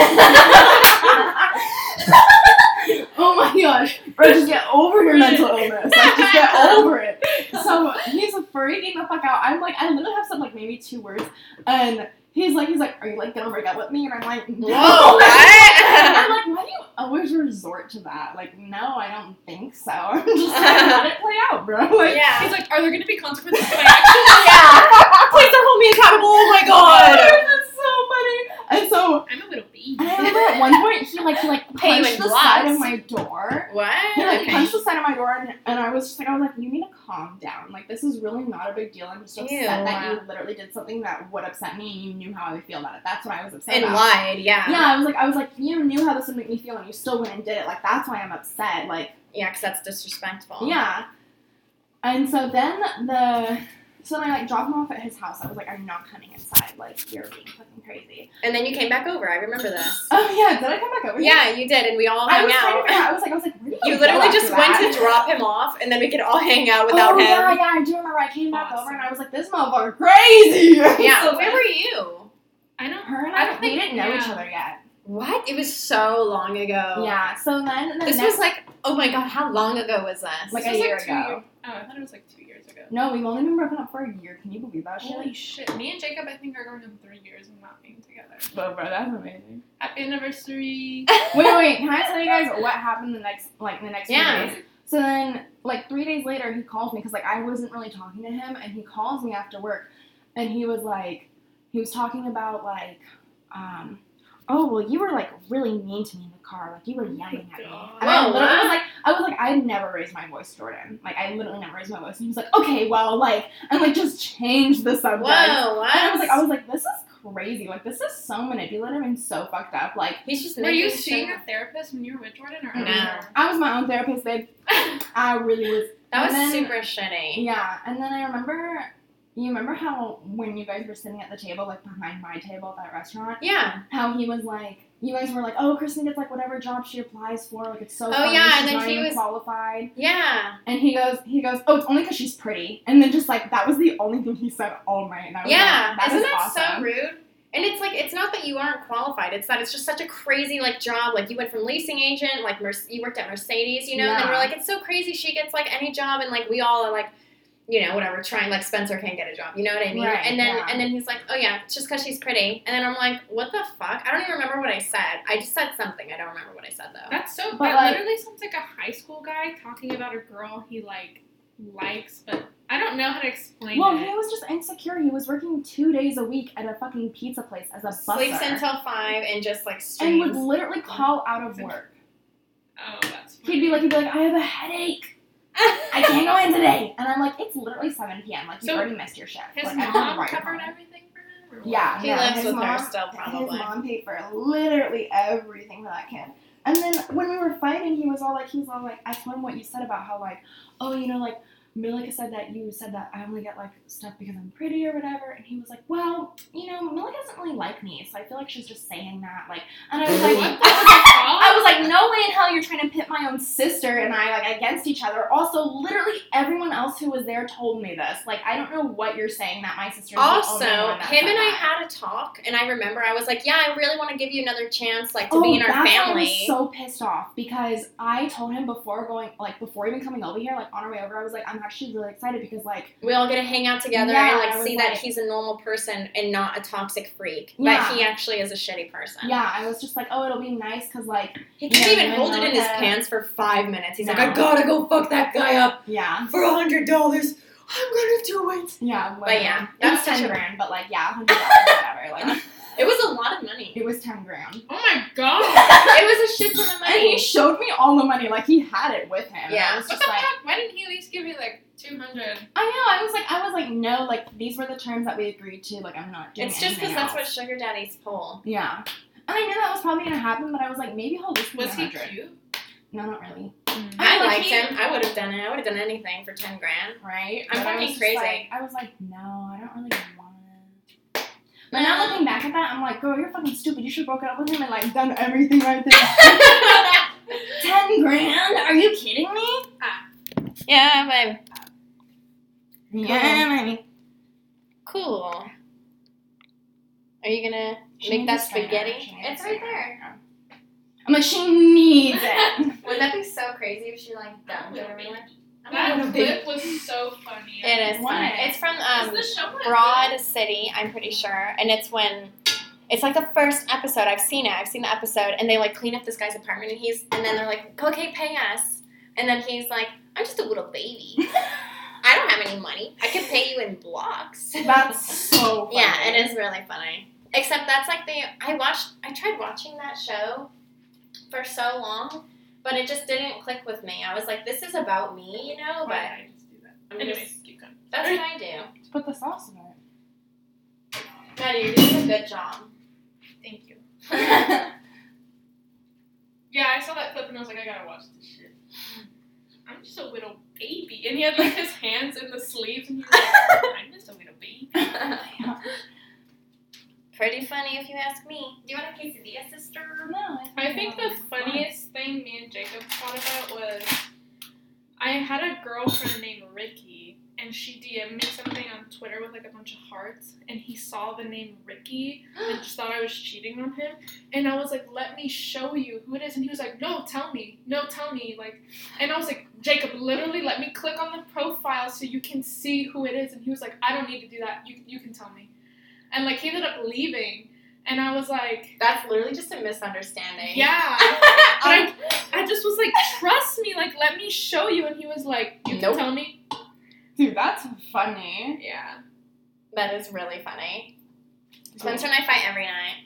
E: oh my gosh. Or just get over your mental illness. Like, just get over it. So he's freaking the fuck out. I'm like, I literally have said like maybe two words. And he's like, he's like, are you like gonna break up with me? And I'm like, no.
F: Whoa, what?
E: I'm like, why do you always resort to that? Like, no, I don't think so. I'm just like, let it play out, bro. Like,
F: yeah.
B: He's like, are there gonna be consequences to my actions?
E: Please don't hold me accountable. Oh my god. That's so funny. And so
B: I'm a little bee.
E: And I remember at one point he like he like
F: Hey, you
E: punched
F: in
E: the
F: blocks.
E: side of my door.
F: What?
E: He like
F: Okay.
E: punched the side of my door, and, and I was just like, I was like, you need to calm down. Like this is really not a big deal. I'm just upset
F: Ew.
E: that you literally did something that would upset me, and you knew how I would feel about it. That's what I was upset
F: And
E: about.
F: lied. Yeah.
E: Yeah, I was like, I was like, you knew how this would make me feel, and you still went and did it. Like that's why I'm upset. Like
F: Yeah, because that's disrespectful.
E: yeah. And so then the So then I like dropped him off at his house. I was like, I'm not coming inside. Like you're being fucking crazy.
A: And then you came back over. I remember this.
E: Oh yeah, did I come back over?
A: Yeah, you did, and we all
E: I
A: hung
E: was kind
A: out.
E: of, yeah, I was like, I was like, where did
A: You
E: go
A: literally
E: after
A: just went
E: that?
A: to drop him off, and then we could all hang out without
E: oh,
A: him.
E: Yeah, yeah, I do remember. I came back over and I was like, this motherfucker crazy.
A: Yeah,
E: So
A: where were you?
B: I don't.
E: her and
B: I
E: I,
B: don't
E: we
B: think-
E: didn't know
B: yeah.
E: each other yet.
A: What? It was so long ago.
E: Yeah. So then the
A: Oh. This
E: next,
A: was like, oh my god, how long ago was this?
E: Like
B: This
E: a
B: was
E: year
B: like two
E: ago.
B: year- oh, I thought it was like two years ago.
E: no, we've only been broken up for a year. Can you believe that shit?
B: Holy shit! Me and Jacob, I think, are going on three years of not being together.
E: But bro, that's amazing.
B: Happy anniversary.
E: wait, wait. Can I tell you guys what happened the next, like the next few
A: Yeah.
E: days? So then, like three days later, he calls me because like I wasn't really talking to him, and he calls me after work, and he was like, he was talking about like, um, oh well, you were like really mean to me in the car, like you were yelling at me. And I
A: Whoa,
E: literally
A: what?
E: was like, I was like, I never raised my voice, Jordan. Like I literally never raised my voice. And he was like, okay, well, like, and like just change the subject.
A: Whoa, what?
E: And I was like, I was like, this is crazy. Like this is so manipulative and so fucked up. Like.
A: He's just.
B: Were you
A: making
B: seeing
A: shit
B: a therapist when you were with Jordan or
A: No.
B: after?
E: I was my own therapist, babe. I really was.
A: up. That was
E: and then-
A: super shitty.
E: Yeah, and then I remember, you remember how when you guys were sitting at the table, like behind my table at that restaurant,
A: Yeah.
E: how he was like, you guys were like, oh, Kristen gets like whatever job she applies for, like it's so.
A: Oh,
E: funny,
A: yeah,
E: she's
A: and then
E: not
A: he
E: even
A: was-
E: qualified.
A: Yeah.
E: And he goes, he goes, oh, it's only because she's pretty. And then just like that was the only thing he said all night, and I was
A: Yeah.
E: like, Oh, that
A: Isn't
E: is
A: that so
E: awesome.
A: rude? And it's like it's not that you aren't qualified. It's that it's just such a crazy like job. Like you went from leasing agent, like Merce- you worked at Mercedes, you know. And then we're
E: Yeah.
A: like, it's so crazy. She gets like any job, and like we all are like, you know, whatever. Trying like Spencer can't get a job. You know what I mean?
E: Right,
A: and then
E: yeah.
A: and then he's like, oh yeah, it's just because she's pretty. And then I'm like, what the fuck? I don't even remember what I said. I just said something. I don't remember what I said though.
B: That's so.
E: But,
B: that
E: like-
B: literally sounds like a high school guy talking about a girl he like likes, but I don't know how to explain
E: Well,
B: it.
E: he was just insecure. He was working two days a week at a fucking pizza place as a busser,
A: Sleeps until five and just like
E: and
A: streams.
E: would literally call out of work.
B: Oh, that's.
E: He'd be like, he'd be like, I have a headache. I can't go in today. And I'm like, it's literally 7 p.m. Like, you
B: So,
E: already missed your shift.
B: His
E: like, I don't know
B: mom
E: why you're
B: covered
E: calling.
B: everything for him. Or what?
E: Yeah,
A: he
E: yeah,
A: lives
E: his
A: with her
E: mom-
A: still
E: His
A: probably.
E: mom paid for literally everything for that kid. And then when we were fighting, he was all like, he was all like, I told him what you said about how like, oh, you know, like Malika said that you said that I only get like stuff because I'm pretty or whatever. And he was like, well, you know, Malika doesn't really like me, so I feel like she's just saying that. Like, and I was
B: What
E: like,
B: the
E: I was like,
B: fuck?
E: I was like, no way in hell you're trying to pit my own sister and I like against each other. Also, literally everyone else who was there told me this. Like, I don't know what you're saying that my sister. "Oh,
A: Also, him and I had a talk, and I remember I was like, "Yeah, I really want to give you another chance, like to
E: oh,
A: be in our
E: that's why
A: family."
E: I was so pissed off because I told him before going, like before even coming over here, like on our way over, I was like, I'm actually really excited because like
A: we all get to hang out together
E: Yeah,
A: and
E: I
A: like
E: was
A: see that
E: like-
A: he's a normal person and not a toxic freak,
E: Yeah.
A: but he actually is a shitty person.
E: yeah, I was just like, oh, it'll be nice because like
A: he can't
E: Yeah,
A: even
E: I
A: hold it
E: know
A: in his
E: that.
A: pants for five minutes. He's like,
E: No.
A: "I gotta go fuck that guy up
E: yeah,
A: for a hundred dollars. I'm gonna do it."
E: yeah,
A: But yeah, that's
E: that's
A: such
E: ten
A: a-
E: grand, but like yeah, hundred dollars, whatever. Like
A: It was a lot of money.
E: it was ten grand.
B: Oh my god.
A: it was a shit ton of
E: And he
A: money.
E: showed me all the money, like he had it with him.
A: Yeah.
E: I was
B: What
E: just
B: the
E: like,
B: fuck? Why didn't he at least give you like two hundred?
E: I know. I was like, I was like, no, like these were the terms that we agreed to. Like, I'm not doing.
A: It's just because that's
E: because
A: what sugar daddies pull.
E: Yeah, and I knew that was probably gonna happen, but I was like, maybe he'll listen
B: Was
E: to
B: he
E: 100.
B: cute?
E: No, not really.
A: I,
E: mean, like,
A: liked
E: he-
A: him. I would have done it. I would have done anything for ten grand.
E: Right?
A: I'm
E: But I
A: fucking
E: was just
A: crazy.
E: Like, I was like, no, I don't really want. it. But now looking back at that, I'm like, girl, you're fucking stupid. You should have broken up with him and like done everything right there. Ten grand? Are you kidding me?
A: yeah, but
E: Yeah, money.
A: Cool. Are you gonna
E: She
A: make that
E: needs to
A: spaghetti?
E: She needs
A: It's
E: to
A: right
E: sign
A: there.
E: her. I'm like, she needs it.
A: Wouldn't that be so crazy if she like
B: dumped
A: dumped
B: it
A: it
B: everywhere?
A: everywhere?
B: That clip was so funny.
A: It is fun.
E: Why?
A: It's from
B: Is
A: um
B: the show not
A: Broad City, I'm pretty sure, and it's when it's like the first episode. I've seen it. I've seen the episode, and they like clean up this guy's apartment, and he's and then they're like, "Okay, pay us," and then he's like, "I'm just a little baby. I don't have any money. I can pay you in blocks."
E: That's so. Funny.
A: Yeah, it is really funny. Except that's like the I watched I tried watching that show for so long, but it just didn't click with me. I was like, this is about me, you know,
B: good?
A: but
B: Why did I just do that?
A: I'm
B: Anyway,
A: just
B: keep going.
A: that's what I do.
E: Put the sauce in it.
A: No, you're doing a good job.
B: Thank you.
E: yeah,
B: Yeah, I saw that clip and I was like, I gotta watch this shit. I'm just a little baby. And he had like his hands in the sleeves and he was like, I'm just so we don't be.
G: Pretty funny if you ask me.
A: Do you want a quesadilla, sister?
E: No,
B: I think the funniest thing me and Jacob thought about was I had a girlfriend named Ricky, and she DM'd me something on Twitter with like a bunch of hearts, and he saw the name Ricky and just thought I was cheating on him. And I was like, let me show you who it is. And he was like, no, tell me, no, tell me. Like, and I was like, Jacob, literally, let me click on the profile so you can see who it is. And he was like, I don't need to do that. You, you can tell me. And like, he ended up leaving, and I was like,
A: That's literally just a misunderstanding.
B: yeah.
A: Um,
B: I, I just was like, trust me, like, let me show you. And he was like, you can
A: Nope.
B: tell me?
E: Dude, that's funny.
B: Yeah.
A: That is really funny. Spencer and I fight every night.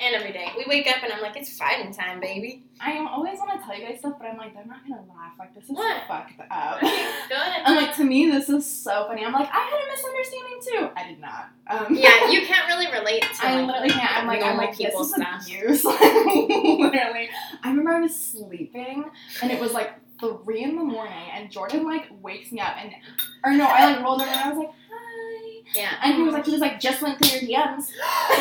A: And every day. We wake up and I'm like, it's fighting time, baby.
E: I am always want to tell you guys stuff, but I'm like, they're not gonna laugh. Like this is
A: What?
E: fucked up.
A: Good.
E: I'm like, to me, this is so funny. I'm like, I had a misunderstanding too. I did not. Um,
A: yeah, you can't really relate to
E: I
A: like,
E: literally can't. I'm like, I'm
A: normal
E: like, this
A: people
E: is
A: stuff.
E: abuse. literally, I remember I was sleeping and it was like three in the morning, and Jordan like wakes me up and, or no, I like rolled over and I was like, hi,
A: Yeah.
E: and he was like, he was like, just went through your DMs.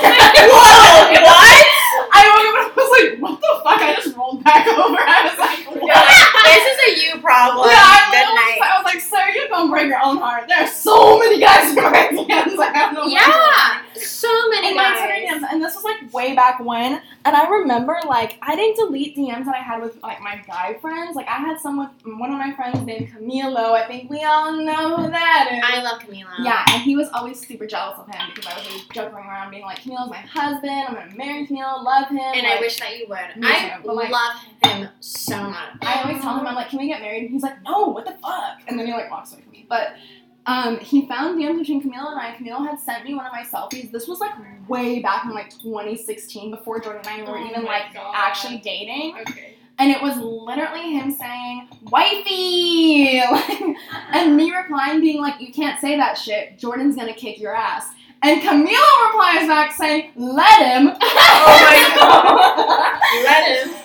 A: God.
E: Whoa, what? I woke up and I was like, what the fuck? I just rolled back over. I was like, what?
A: this is a you problem.
E: Yeah,
A: Good
E: I literally
A: night.
E: was- I was like, sir, you're gonna break your own heart. There are so many guys in my DMs. Like, I don't know. why.
A: Yeah, so many
E: And my Twitter
A: guys.
E: DMs, and this was like way back when, and I remember like I didn't delete DMs that I had with like my guy friends. Like I had some with one of my friends named Camilo. I think we all know who that is.
A: I love Camila.
E: yeah, and he was always super jealous of him because I was always joking around, being like, "Camilo's my husband. I'm gonna marry Camilo. Love him."
A: and
E: like,
A: I wish that you would.
E: Me
A: I
E: too, but, like-
A: love him so much.
E: I always tell him, I'm like, can we get married? And he's like, no, what the fuck? And then he like walks away from me. But um, he found DMs between Camilo and I. Camilo had sent me one of my selfies. This was like way back in like 2016 before Jordan and I were
B: Oh
E: even
B: my
E: like
B: God.
E: actually dating.
B: Okay.
E: And it was literally him saying, wifey! Like, and me replying, being like, you can't say that shit. Jordan's gonna kick your ass. And Camilo replies back saying, let him. Oh my god.
A: Let him.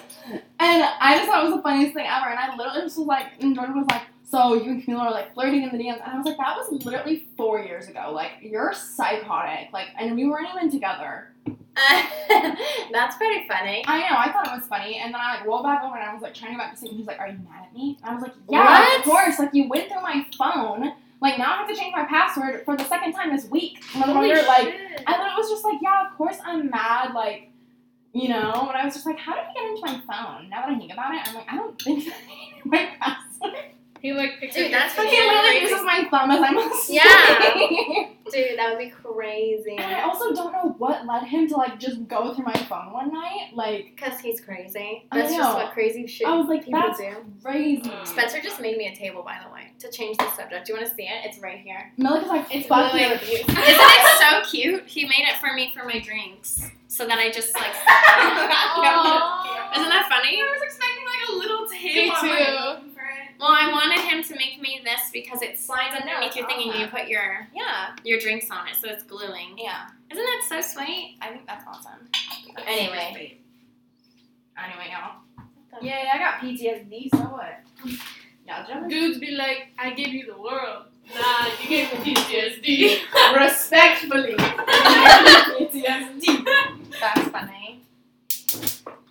E: And I just thought it was the funniest thing ever. And I literally just was like, and Jordan was like, so you and Camila are like flirting in the DMs. And I was like, that was literally four years ago. Like, you're psychotic. Like, and we weren't even together.
A: that's pretty funny.
E: I know, I thought it was funny. And then I like rolled back over and I was like trying to go back to sleep. And he was like, are you mad at me? And I was like, yeah,
A: What?
E: of course. Like, you went through my phone. Like, now I have to change my password for the second time this week.
B: Holy
E: Motherfucker, like,
B: shit.
E: I thought it was just like, yeah, of course I'm mad, like, you know. And I was just like, how did he get into my phone? Now that I think about it, I'm like, I don't think that he knew my password.
B: He like picked
A: Dude,
B: up
A: that's
B: your
A: what
E: He
B: phone.
E: literally uses my thumb as I'm asleep.
A: Yeah. Dude, that would be crazy.
E: And I also don't know what led him to like just go through my phone one night. Like,
A: Because he's crazy.
E: I
A: That's just
E: know. Oh.
A: what crazy shit
E: I was like,
A: people
E: that's
A: do.
E: crazy.
A: Spencer just made me a table, by the way, to change the subject. Do you want to see it? It's right here.
E: Millica's like,
A: It's
E: fuck
A: blue
E: you.
A: and pink. Isn't it so cute? He made it for me for my drinks, so that I just like. sat
B: Aw.
A: down. Isn't that funny?
B: I was expecting like a little Me too.
A: Well, I wanted him to make me this because it slides underneath your thing and you
E: awesome.
A: put your
E: Yeah,
A: your drinks on it, so it's gluing.
E: yeah.
A: Isn't that so sweet?
E: I think that's awesome.
A: Anyway.
E: Anyway, y'all.
A: Yeah.
E: Yeah, I got PTSD. So what? Y'all jumping?
B: Dudes be like, I gave you the world. Nah, you gave me PTSD.
E: Respectfully. PTSD.
A: That's funny.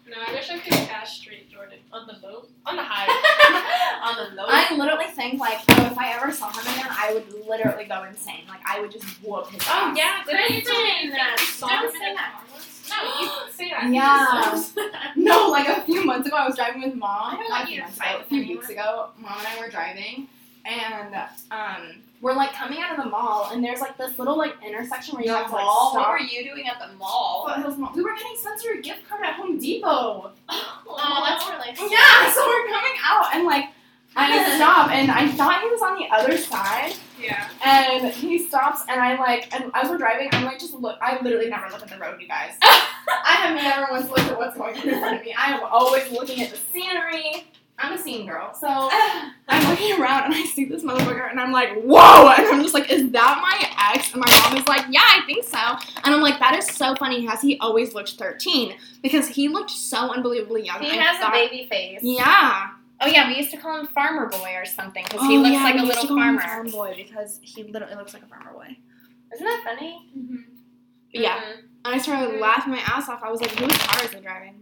B: no, I wish I could castrate Jordan on the boat. On the high.
E: on the low. I literally think like, oh, if I ever saw him again, I would literally go insane. Like, I would just whoop his
B: oh,
E: ass.
B: yeah. Did I
A: Kristen,
B: tell you that? you saw
A: don't
B: him in
A: say
B: the
A: that.
B: car once? No, you didn't say that.
E: Yeah.
B: You said that.
E: No, like a few months ago, I was driving with mom.
A: I don't
E: Not
A: want
E: a few
A: you to
E: months
A: fight
E: ago,
A: with
E: a few
A: anyone.
E: weeks ago, mom and I were driving, and um, we're like coming out of the mall, and there's like this little like intersection where you have to like
A: What
E: stop.
A: were you doing at the mall?
E: Foothills Mall. We were getting Spencer a gift card at Home Depot.
A: Oh, that's really sweet.
E: Yeah, so we're coming out, and like I stop, and I thought he was on the other side.
B: Yeah.
E: And he stops, and I like, and as we're driving, I'm like, just look. I literally never look at the road, you guys. I have never once looked at what's going on in front of me. I am always looking at the scenery. I'm a scene girl, so I'm looking around and I see this motherfucker, and I'm like, whoa! And I'm just like, is that my ex? And my mom is like, yeah, I think so. And I'm like, that is so funny. Has he always looked 13? Because he looked so unbelievably young.
A: He
E: I
A: has a
E: thought-
A: baby face.
E: Yeah.
A: Oh yeah, we used to call him Farmer Boy or something because he
E: Oh,
A: looks
E: yeah,
A: like
E: we
A: a
E: used
A: little
E: to call him
A: farmer.
E: Farm boy because he literally looks like a farmer boy.
F: Isn't that funny?
E: But yeah,
F: Mhm.
E: I started laughing my ass off. I was like, "Whose car is he driving?"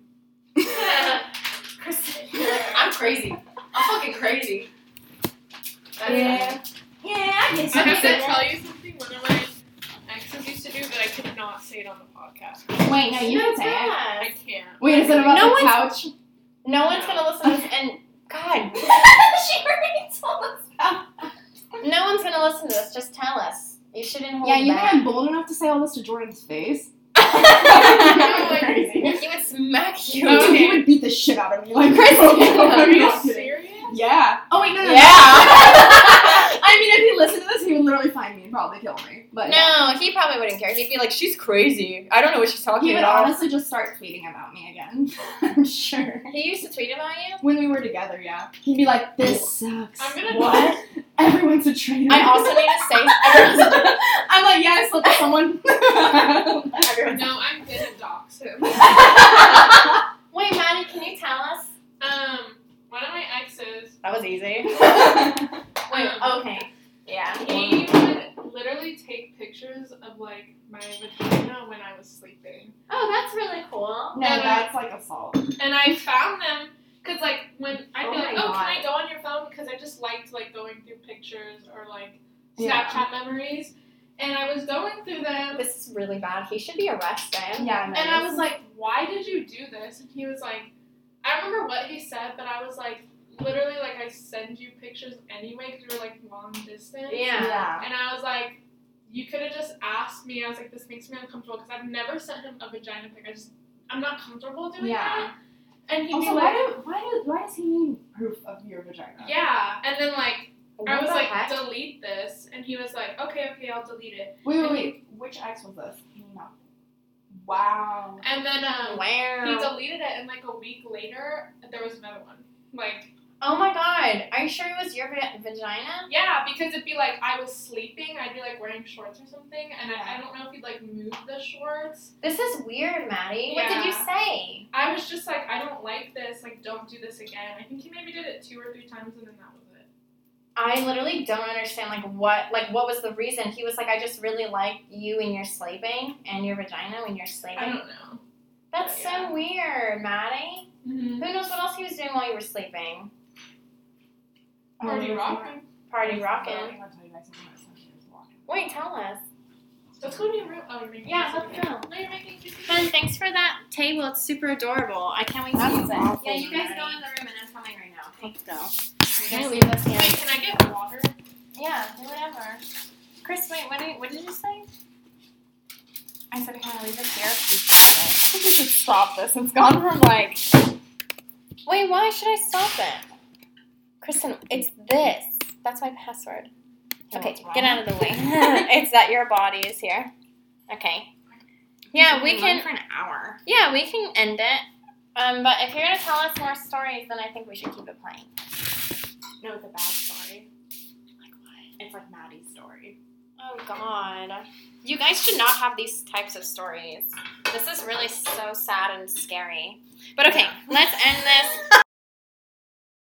F: Kristen, you're like, I'm crazy. I'm fucking crazy. That's
E: Yeah.
F: yeah, I guess
B: I have to
F: that.
B: tell you something. One of my exes used to do, but I could not say it on the podcast.
E: Wait, no, you can
F: You're
E: say it.
B: I
F: bad.
B: can't.
E: Wait, is it about
A: No
E: the
A: one's-
E: couch?
A: No one's gonna listen to this, and God,
F: she already told us about
A: no one's gonna listen to this. Just tell us. You shouldn't hold
E: Yeah, you think
A: back.
E: I'm bold enough to say all this to Jordan's face?
F: that.
A: He would smack you.
B: Oh,
E: Dude,
B: okay.
E: he would beat the shit out of me like crazy.
B: Are you
E: Not kidding.
B: serious?
E: Yeah. Oh wait, no, no, no.
A: Yeah.
E: I mean, if he listened to this, he would literally find me and probably kill me. But yeah.
A: No, he probably wouldn't care. He'd be like, "She's crazy. I don't know what she's talking
E: he would
A: about."
E: honestly just start tweeting about me again. I'm sure.
A: he used to tweet about you.
E: When we were together, yeah, he'd be like, "This sucks.
B: I'm gonna-
E: what? Everyone's a traitor."
A: I also need to say,
E: I'm like, yeah, I slept with someone.
F: Everyone.
B: No, I'm gonna dox him.
F: Wait, Maddie, can you tell us?
B: Um, one of my exes,
A: that was easy.
F: Wait, oh.
B: Um,
F: okay. Yeah.
B: he would literally take pictures of like my vagina when I was sleeping,
F: Oh, that's really cool.
E: no, that's like assault.
B: and I found them because like when I'd be
F: Oh
B: like,
F: my
B: oh, can I
F: God.
B: go on your phone? Because I just liked like going through pictures or like
E: Yeah.
B: Snapchat memories, and I was going through them,
A: This is really bad. He should be arrested.
E: Yeah,
B: And I was like, why did you do this? And he was like, I remember what he said, but I was like, literally, like, I send you pictures anyway because we were like long distance.
F: Yeah.
E: yeah.
B: And I was like, you could have just asked me. I was like, this makes me uncomfortable because I've never sent him a vagina pic. I just, I'm not comfortable doing
E: Yeah.
B: that. And he'd
E: Also,
B: be
E: why
B: like,
E: do why do why does he need proof of your vagina?
B: yeah. And then, like,
A: What
B: I was
A: the
B: like,
A: heck?
B: delete this. And he was like, okay, okay, I'll delete it.
E: Wait, wait,
B: And he-
E: wait. Which ex was this? No. Wow.
B: And then, um, he
A: wow.
B: deleted it. And, like, a week later, there was another one. Like,
A: Oh my God. Are you sure it was your va- vagina?
B: Yeah, because it'd be like I was sleeping, I'd be like wearing shorts or something, and I, I
E: Yeah.
B: don't know if he'd like move the shorts.
A: This is weird, Maddie. What did you
B: Yeah.
A: say?
B: I was just like, I don't like this, like don't do this again. I think he maybe did it two or three times and then that was it.
A: I literally don't understand. Like what? Like what was the reason? He was like, I just really like you when you're sleeping and your vagina when you're
B: I
A: sleeping.
B: don't know.
A: That's
B: yeah.
A: so weird, Maddie. Who knows what else he was doing while you were sleeping?
B: Party
E: Oh,
B: rock.
A: Party
E: I
A: rocking.
E: wanna tell you guys something about this when she was walking.
A: Wait, tell us.
B: Let's go to your room. Oh, you're making
A: Yeah,
B: cookies.
A: let's go.
B: No, you're making cookies.
A: Ben, thanks for that table. It's super adorable. I can't wait
C: That's
A: to use it.
C: awful,
A: yeah, you guys
C: Maddie.
A: go in the room and I'm coming right now. Okay.
C: Go.
A: Can I leave this here?
B: Wait, can I get water?
A: Yeah, do whatever. Chris, wait, what did, what did you say? I said, can I leave this here?
C: I think we should stop this. It's gone from like
A: Wait, why should I stop it? Kristen, it's this. That's my password. Okay, get out of the way. it's that your body is here. Okay. Yeah, we can.
C: for an hour.
A: Yeah, we can end it. Um, but if you're gonna tell us more stories, then I think we should keep it playing.
E: No, it's a bad story. It's like Maddie's story.
A: Oh God, you guys should not have these types of stories. This is really so sad and scary. But okay, let's end